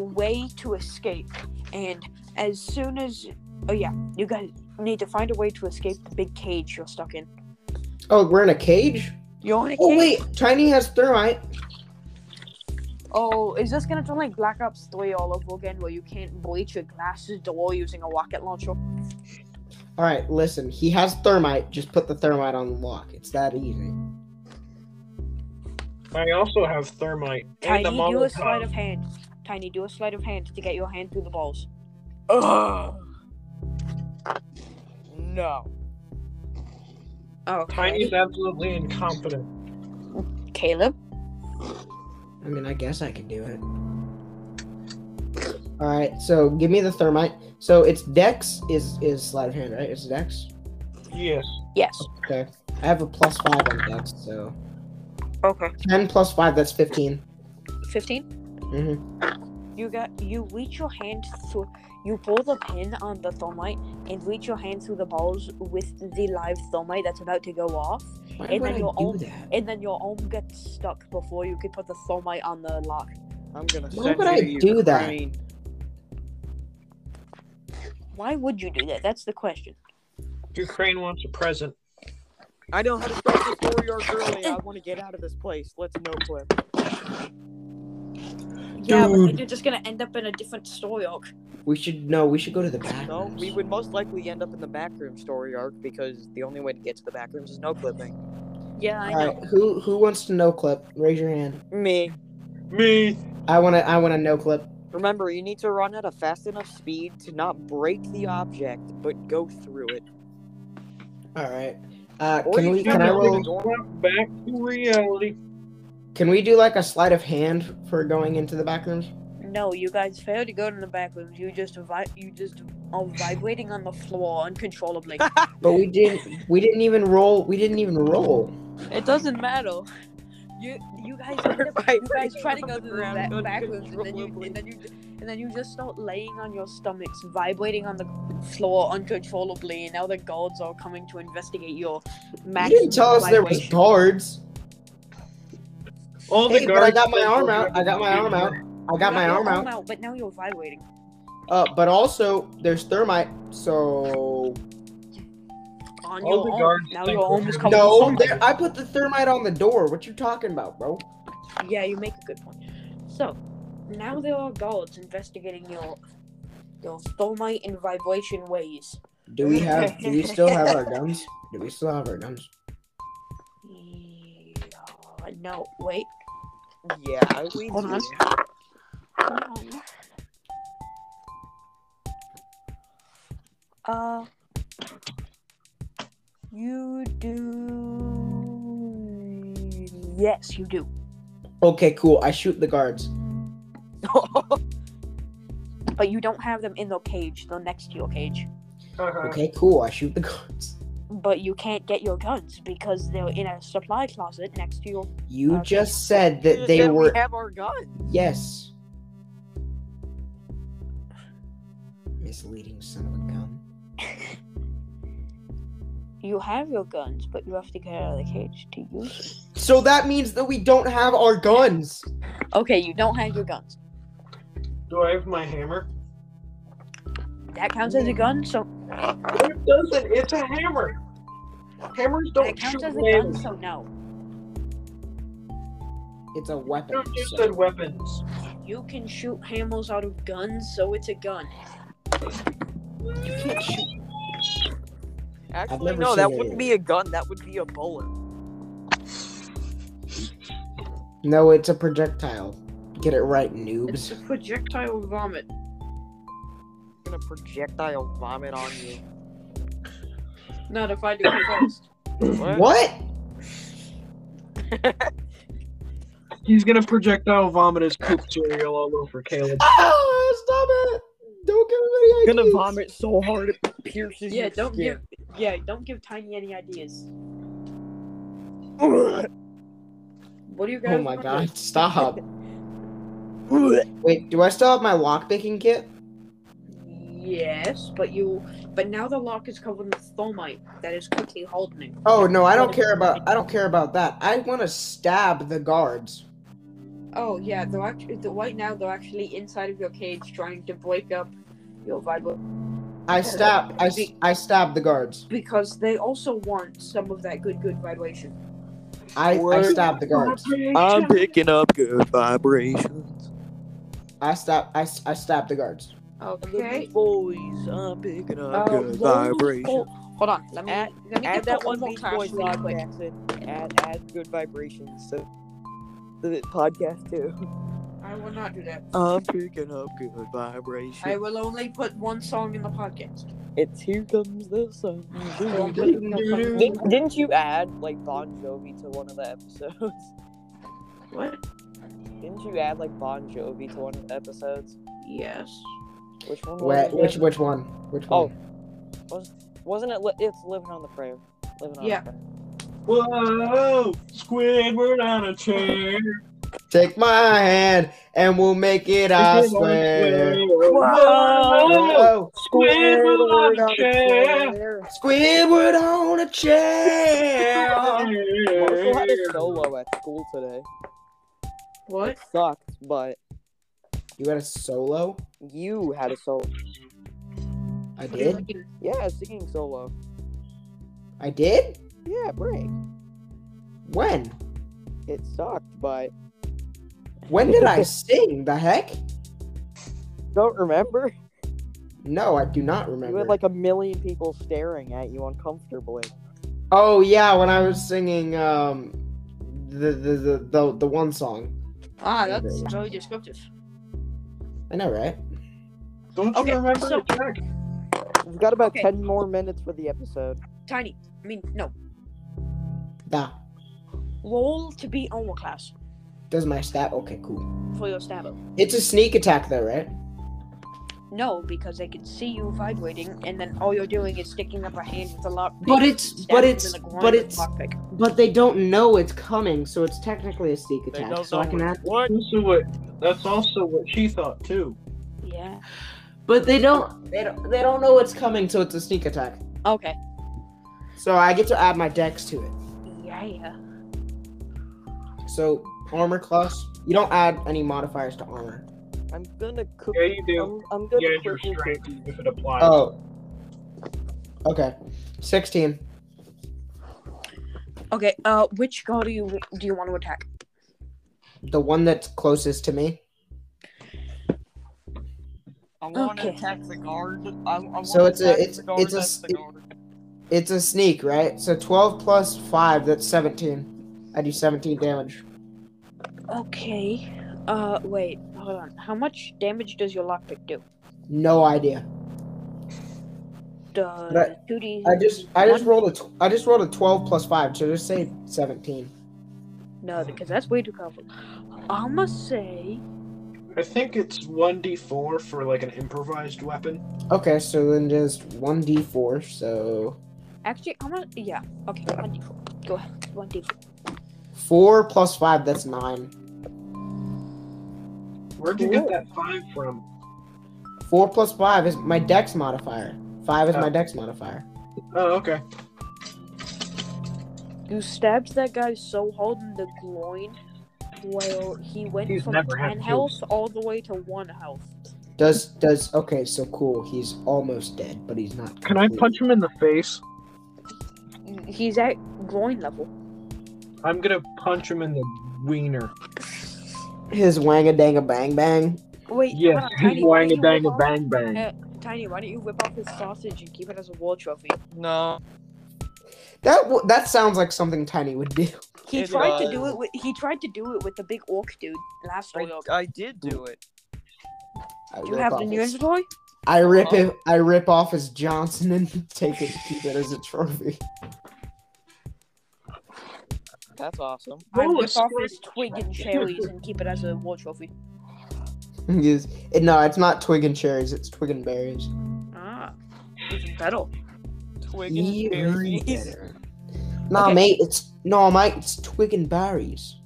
way to escape, and as soon as, oh yeah, you guys need to find a way to escape the big cage you're stuck in.
Oh, we're in a cage?
You're in a cage.
Oh, wait. Tiny has thermite.
Oh, is this gonna turn like Black Ops 3 all over again where you can't breach your glasses door using a rocket launcher?
All right, listen. He has thermite. Just put the thermite on the lock. It's that easy.
I also have thermite
Tiny,
and the
do a sleight of
Molotov.
hand. Tiny, do a sleight of hand to get your hand through the balls.
Ugh. No.
Oh,
Tiny's absolutely incompetent.
Caleb?
I mean, I guess I can do it. All right, so give me the thermite. So it's Dex is is sleight of hand, right? It's Dex.
Yes.
Yes.
Okay. I have a plus five on Dex, so
Okay.
ten plus five, that's fifteen.
15?
Mm-hmm.
You got you reach your hand through you pull the pin on the thermite and reach your hand through the balls with the live thermite that's about to go off.
Why
And
would
then
I
your
do
own-
that?
And then your arm gets stuck before you could put the thermite on the lock.
I'm gonna
Why
send
would
you
I
to
do that?
Ukraine.
Why would you do that? That's the question.
Ukraine wants a present.
I know how to start this warrior girly. I want to get out of this place. Let's no clip.
Yeah, but then
Dude.
you're just gonna end up in a different story arc.
We should no, we should go to the back.
No,
rooms.
we would most likely end up in the backroom story arc because the only way to get to the backrooms is no clipping.
Yeah, I
All
know.
right, who who wants to no clip? Raise your hand.
Me.
Me.
I wanna I wanna no clip.
Remember, you need to run at a fast enough speed to not break the object, but go through it.
All right. Uh,
Or
can
you
we
should
can I
just
roll?
Back to reality.
Can we do like a sleight of hand for going into the back rooms?
No, you guys failed to go to the back rooms. You just vi- you just are vibrating on the floor
[LAUGHS]
uncontrollably.
But we didn't. We didn't even roll. We didn't even roll.
it doesn't matter. You you guys end up, you guys try to go to the ba- back rooms and then you and then you and then you just start laying on your stomachs, vibrating on the floor uncontrollably, and now the guards are coming to investigate your max.
you didn't tell us there was
vibration.
guards.
All
Hey,
the
but
guards.
I got my arm out. I got my arm out. I got my
Your
arm out.
but now you're vibrating.
Uh, but also there's thermite. So
on
All
your
the
own.
guards
Now
think
your
we're
own is
doing-
covered
no,
with
there, I put the thermite on the door. What you talking about, bro?
something. Yeah, you make a good point. So now there are guards investigating your your thermite and vibration ways.
Do we have? Do we still have our guns? Do we still have our guns?
Yeah, no, wait.
Yeah, we
Hold
do.
on. hold on. Uh, you do. Yes, you do.
Okay, cool. I shoot the guards.
But you don't have them in the cage. They're next to your cage.
Uh-huh.
Okay, cool. I shoot the guards.
but you can't get your guns because they're in a supply closet next to your.
You
Okay.
just said that they
Yeah, we
were.
have our guns.
Yes. Misleading son of a gun.
You have your guns, but you have to get out of the cage to use.
So that means that we don't have our guns.
Them. Okay, you don't have your guns.
Do I have my hammer?
That counts as a gun, so
It doesn't. It's a hammer. Hammers
that
don't shoot
counts as a gun,
nails.
so no.
It's a weapon.
They're just
so-
good weapons.
You can shoot hammers out of guns, so it's a gun. You can't shoot.
Actually,
never
no,
seen
that
it.
wouldn't be a gun. That would be a bullet.
No, it's a projectile. Get it right,
It's
noobs.
a projectile vomit.
I'm gonna projectile vomit on
[LAUGHS]
you.
Not if [COUGHS] I do it first.
What?
He's gonna projectile vomit his poop cereal all over Caleb.
Ah, stop it! Don't give me
I'm
any
gonna
ideas.
vomit so hard it pierces
Yeah,
[LAUGHS]
your
don't
skin.
give. Yeah, don't give Tiny any ideas.
What do you guys?
Oh my
want?
god, stop. Wait, do I still have my lockpicking kit?
Yes, but you. But now the lock is covered with thermite that is quickly hardening.
Oh no, I don't care about I don't care about that. I wanna stab the guards.
Oh yeah, they're actually the, right now they're actually inside of your cage trying to break up your vital
I stab I, s- I stab the guards.
because they also want some of that good good vibration.
I, I
Word.
stab the guards.
[LAUGHS]
I'm picking up good vibrations.
I stab I, s- I stab the guards.
Okay.
Boys, I'm picking
Uh,
up good
roll-
vibrations.
Hold, hold on, let me
Add-
let me
Add
get
that
the
one
more
Beach
class
Boys
really
song,
quick.
Jackson. Add add good vibrations to the podcast too.
I will not do
Oh,
that.
I'm picking up good
I
vibrations.
will only put one song in the podcast.
[LAUGHS] It's here comes the sun.
Don't put- don't put-
Doo-doo-doo.
Didn't, didn't you add like Bon Jovi to one of the episodes? [LAUGHS]
What?
Didn't you add like Bon Jovi to one of the episodes?
Yes.
Which one? was
Wait,
it?
which which one? Which
Oh.
one?
Was, wasn't it? Li- it's living on the prayer. Living on
Yeah.
The prayer.
Whoa, Squidward on a chair.
Take my hand and we'll make it I swear.
Whoa,
Whoa.
Squidward on a chair.
Squidward on a chair.
Marshall had a solo at school today.
What?
Sucked, but
You got a solo?
you had a solo.
I did.
Yeah, singing solo.
I did?
Yeah, break.
When?
It sucked, but
When did
[LAUGHS]
I sing? The heck?
don't remember.
No, I do not remember.
[LAUGHS] You had like a million people staring at you uncomfortably.
oh yeah, when I was singing um the the the the, the one song.
Ah, that's very descriptive.
I know, right?
Don't
Okay,
you remember
so-
the check?
We've got about
Okay.
ten more minutes for the episode.
Tiny. I mean, no.
Da.
Roll to be armor class
Does my stab? Okay, cool.
for your stabber.
It's a sneak attack though, right?
No, because they can see you vibrating, and then all you're doing is sticking up a hand with a lock.
But it's- but it's- but it's-
Lockpick.
But they don't know it's coming, so it's technically a sneak
They
attack.
don't
So I
know
can add.
What?
That's also what- That's also what she thought too.
Yeah.
But they don't. They don't. They don't know it's coming, so it's a sneak attack.
Okay.
So I get to add my dex to it.
Yeah. yeah.
So armor class. You don't add any modifiers to armor.
I'm gonna cook.
Yeah, you do.
I'm, I'm gonna
Yeah, it's your
quickly
strength if it applies.
Oh. Okay. Sixteen.
Okay. Uh, which guard do you do you want to attack?
The one that's closest to me.
I
wanna Okay.
attack the guard. I, I
So wanna it's a- attack it's- the guard it's a that's the s- It's a sneak, right? So twelve plus five. That's seventeen. I do seventeen damage.
Okay. Uh, wait. Hold on. How much damage does your lockpick do?
No idea.
Does
But
two D?
I just I just rolled a tw- I just rolled a twelve plus five. So just say seventeen.
No, because that's way too powerful. I'ma say.
I think it's one d four for like an improvised weapon.
Okay, so then just one d four. So
Actually, I'm gonna. Yeah. Okay. One d four. Go ahead. One d four.
four plus five. That's nine.
Where'd you get that five from?
Four plus five is my dex modifier. Five is
Oh.
my dex modifier.
Oh, okay.
You stabbed that guy so hard in the groin, well, he went
He's
from
never had
ten
to.
health all the way to one health.
Does does okay? So cool. He's almost dead, but he's not.
Can I
completely.
punch him in the face?
He's at groin level.
I'm gonna punch him in the wiener.
his wang a dang a bang bang?
Wait.
Yes,
hold on,
he's
Tiny, why
wang a
don't
dang
you Uh,
a
whip
bang bang.
off- Tiny, why don't you whip off his sausage and keep it as a war trophy?
No.
That w- that sounds like something Tiny would do. [LAUGHS]
He
It
tried to
was.
do it. With, he tried to do it with the big orc dude last
I,
oil.
I did do it.
I
Do you
rip
have
off
the new
his-
inventory?
I rip it. I rip off his Johnson and [LAUGHS] take it, keep it as a trophy.
That's awesome.
I
Roll a
rip off
strength
his twig and cherries and keep it as a war trophy.
He's- it- eh, no, it's not twig and cherries. It's twig and berries.
Ah, even better.
Twig and
Even
berries.
better. Nah,
Okay.
mate, it's no, mate, it's twig and berries.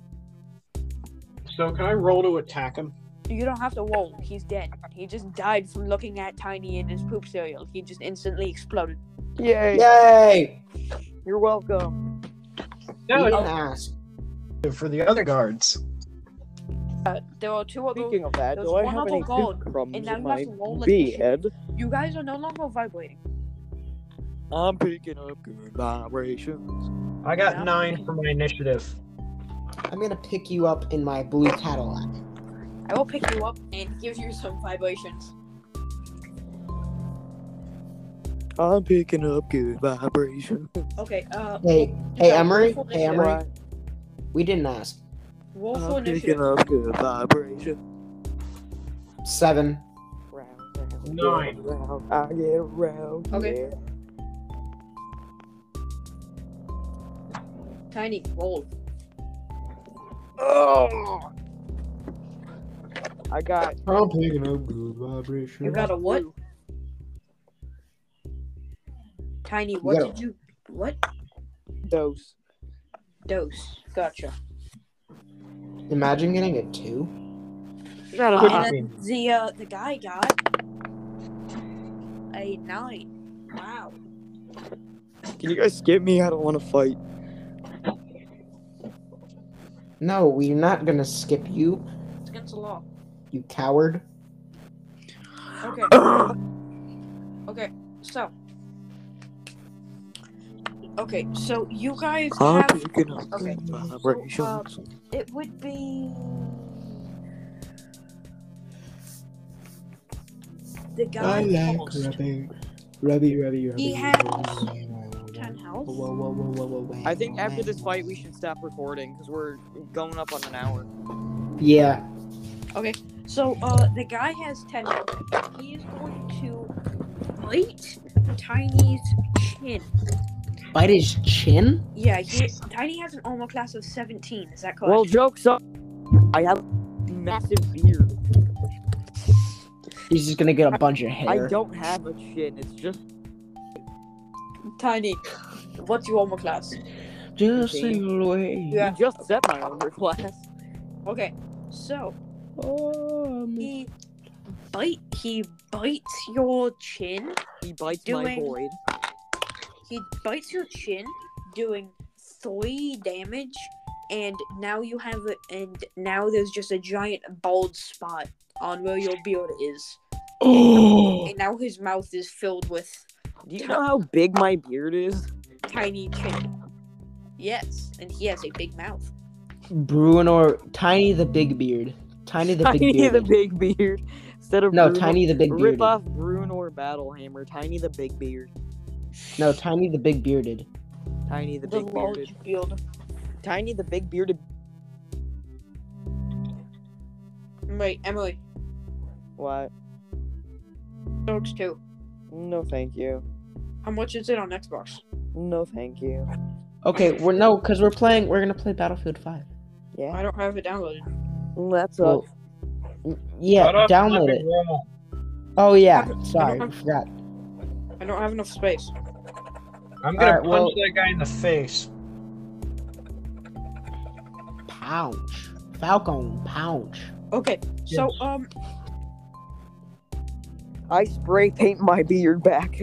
So can I roll to attack him?
You don't have to roll. He's dead. He just died from looking at Tiny in his poop cereal. He just instantly exploded.
Yay.
Yay!
You're welcome.
You
No,
didn't ask.
for the other guards.
Uh, there are two other.
Speaking of that,
There's
do I
one
have
other
any
gold,
food crumbs
and now
in
you have
my
to roll like shit.
bed?
You guys are no longer vibrating.
I'm picking up good vibrations.
I
Yeah.
got nine for my initiative.
I'm gonna pick you up in my blue Cadillac.
I will pick you up and give you some vibrations.
I'm picking up good vibrations.
Okay. Uh.
Hey, hey, Emery.
roll for
Hey,
initiative.
Emery. We didn't ask.
Roll for
I'm picking
initiative.
up good vibrations.
Seven.
Round, round,
Nine.
round, I get round.
Okay.
yeah.
Tiny roll.
Oh. I got
I'm picking up good vibrations.
You got a what? Tiny. What
got a-
did you? What
dose.
dose? Gotcha.
Imagine getting a two.
Shut
up.
And then the uh, the guy got a nine. Wow.
Can you guys skip me? I don't want to fight.
No, we're not gonna skip you,
It's against the law.
you coward.
Okay. Okay, so. Okay, so Ah, you guys
I'm
have.
picking up
Okay.
good vibrations.
It would be. The guy. host.
rubbing, rubby, rubby,
He has- Ten health.
I think after this fight, we should stop recording because we're going up on an hour.
Yeah.
So, uh, the guy has 10 health. He is going to bite Tiny's chin.
Bite his chin?
Yeah, he, Tiny has an armor class of 17. Is that correct?
Well, jokes up. I have a massive beard.
He's just gonna get a bunch of
I
hair.
don't have a chin. It's just
Tiny, what's your armor class?
Just sail away.
Yeah.
you just said my armor class.
Okay, so.
Oh, I'm-
He bite. He bites your chin.
He bites my
Doing-
void.
He bites your chin, doing three damage, and now you have a, and now there's just a giant bald spot on where your beard is,
Oh.
and now his mouth is filled with
Do you know how big my beard is?
tiny chin. Yes, and he has a big mouth.
[GASPS] Bruno, Tiny the Big Beard. Tiny the Big
Tiny
Beard.
the big beard. Instead of
no,
Bruno-
Tiny the Big
Rip
Beard.
off Bruin or Battlehammer. Tiny the big beard.
No, Tiny the Big Bearded.
Tiny the
the
big bearded.
large beard.
Tiny the big bearded.
Right, Emily.
What?
Dogs too.
No, thank you.
How much is it on Xbox?
No, thank you.
Okay, we're no, cause we're playing. We're gonna play Battlefield Five.
Yeah,
I don't have it downloaded.
that's
Well, Yeah, download it. Oh yeah, sorry, I forgot.
I don't have enough space.
I'm gonna
Alright,
punch
well-
that guy in the face.
Pouch, Falcon, pouch.
Okay, so
Yes.
um,
I spray paint my beard back.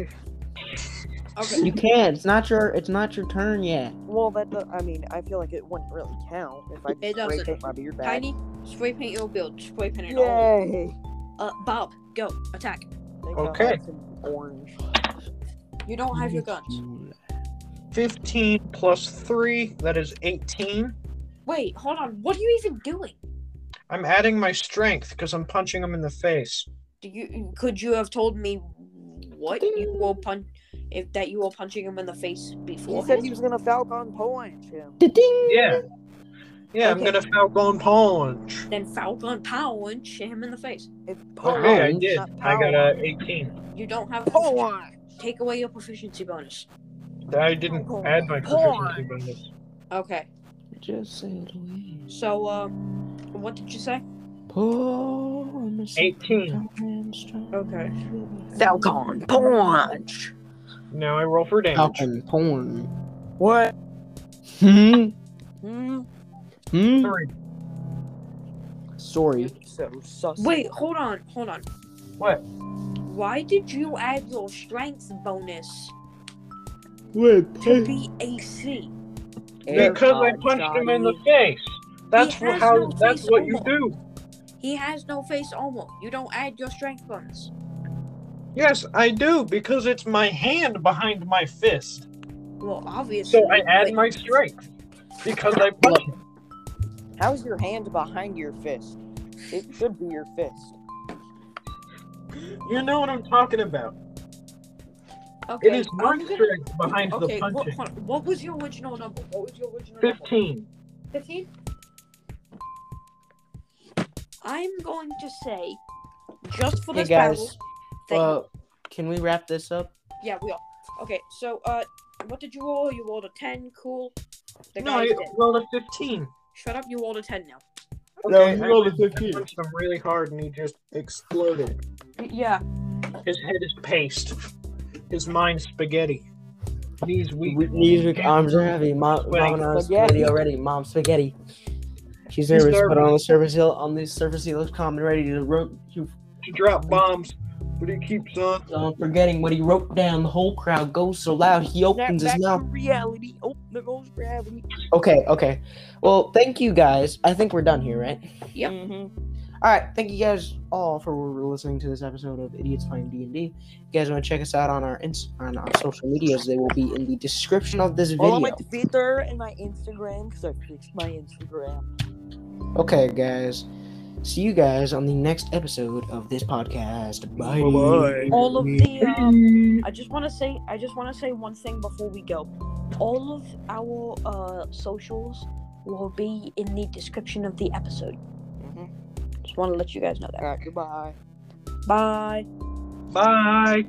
okay.
You can't. It's not your. It's not your turn yet.
Well, that do- I mean, I feel like it wouldn't really count if I
It
just spray
doesn't.
paint my beard back.
Tiny, spray paint your build. Spray paint it all.
Yay!
Uh, Bob, go attack.
Thank God
Okay.
it's in Orange.
You don't have your guns.
15 plus 3, that is 18.
Wait, hold on. What are you even doing?
I'm adding my strength because I'm punching him in the face.
Do you could you have told me what you were punch if that you were punching him in the face
He
before?
said he was gonna Falcon punch him.
Da-ding!
Yeah. Yeah, I'm
Okay.
gonna Falcon punch.
Then Falcon punch him in the face.
It's
Oh,
punch.
Okay, I
Punch.
did.
not
I got
power.
a 18.
You don't have
Punch.
take away your proficiency bonus.
I didn't
Oh,
add my proficiency bonus.
Okay.
Just sailed away.
So um, what did you say?
Promise
18.
Okay.
Falcon punch.
Now I roll for damage.
Falcon porn.
What?
Hmm.
Hmm.
Hmm.
Three.
Sorry.
So sus.
Wait, hold on, hold on.
What?
Why did you add your strength bonus
Wait.
to be AC?
Because I punched him in the face. That's
He has
how.
no
that's
face
what you
armor.
do.
He has no face armor. You don't add your strength bonus.
Yes, I do because it's my hand behind my fist.
Well, obviously.
So I add
but-
my strength because I punch. him.
How's your hand behind your fist? It should be your fist.
You know what I'm talking about.
Okay,
It is
I'm
my
gonna-
strength behind
Okay,
the
what,
punching.
hold on, what was your original number? What was your original number?
Fifteen.
15? I'm going to say, just for
Hey
this battle,
guys. uh,
that
Well, can we wrap this up?
Yeah, we are. Okay, so uh, what did you roll? You rolled a ten. Cool. The
No,
guy
I
did.
rolled a fifteen.
Shut up. You rolled a ten now.
No,
Okay,
he
I
rolled a
punched- I
15.
punched him really hard, and he just exploded.
Yeah.
His head is paste. His mind spaghetti. Knees weak.
These weak arms are heavy. Mom,
Wait,
mom and I was
spaghetti.
ready already. Mom, spaghetti. She's
He's
nervous, but
nervous.
on the surface, he on the surface, he looks calm and ready to rope. You
to drop bombs, but he keeps on.
um, forgetting what he wrote down. The whole crowd goes so loud. He opens his mouth.
reality. Oh, the most reality.
Okay, okay. Well, thank you guys. I think we're done here, right?
Yep.
Mm-hmm.
All right, thank you guys all for listening to this episode of Idiots Playing D and D. You guys want to check us out on our ins- on our social medias? They will be in the description of this
Follow
video.
my Twitter and my Instagram because I fixed my Instagram.
Okay, guys. See you guys on the next episode of this podcast. Bye.
Bye-bye.
All of the. Um, I just want to say. I just want to say one thing before we go. All of our uh socials will be in the description of the episode.
Mm-hmm.
Just want to let you guys know that.
All right, goodbye.
Bye.
Bye.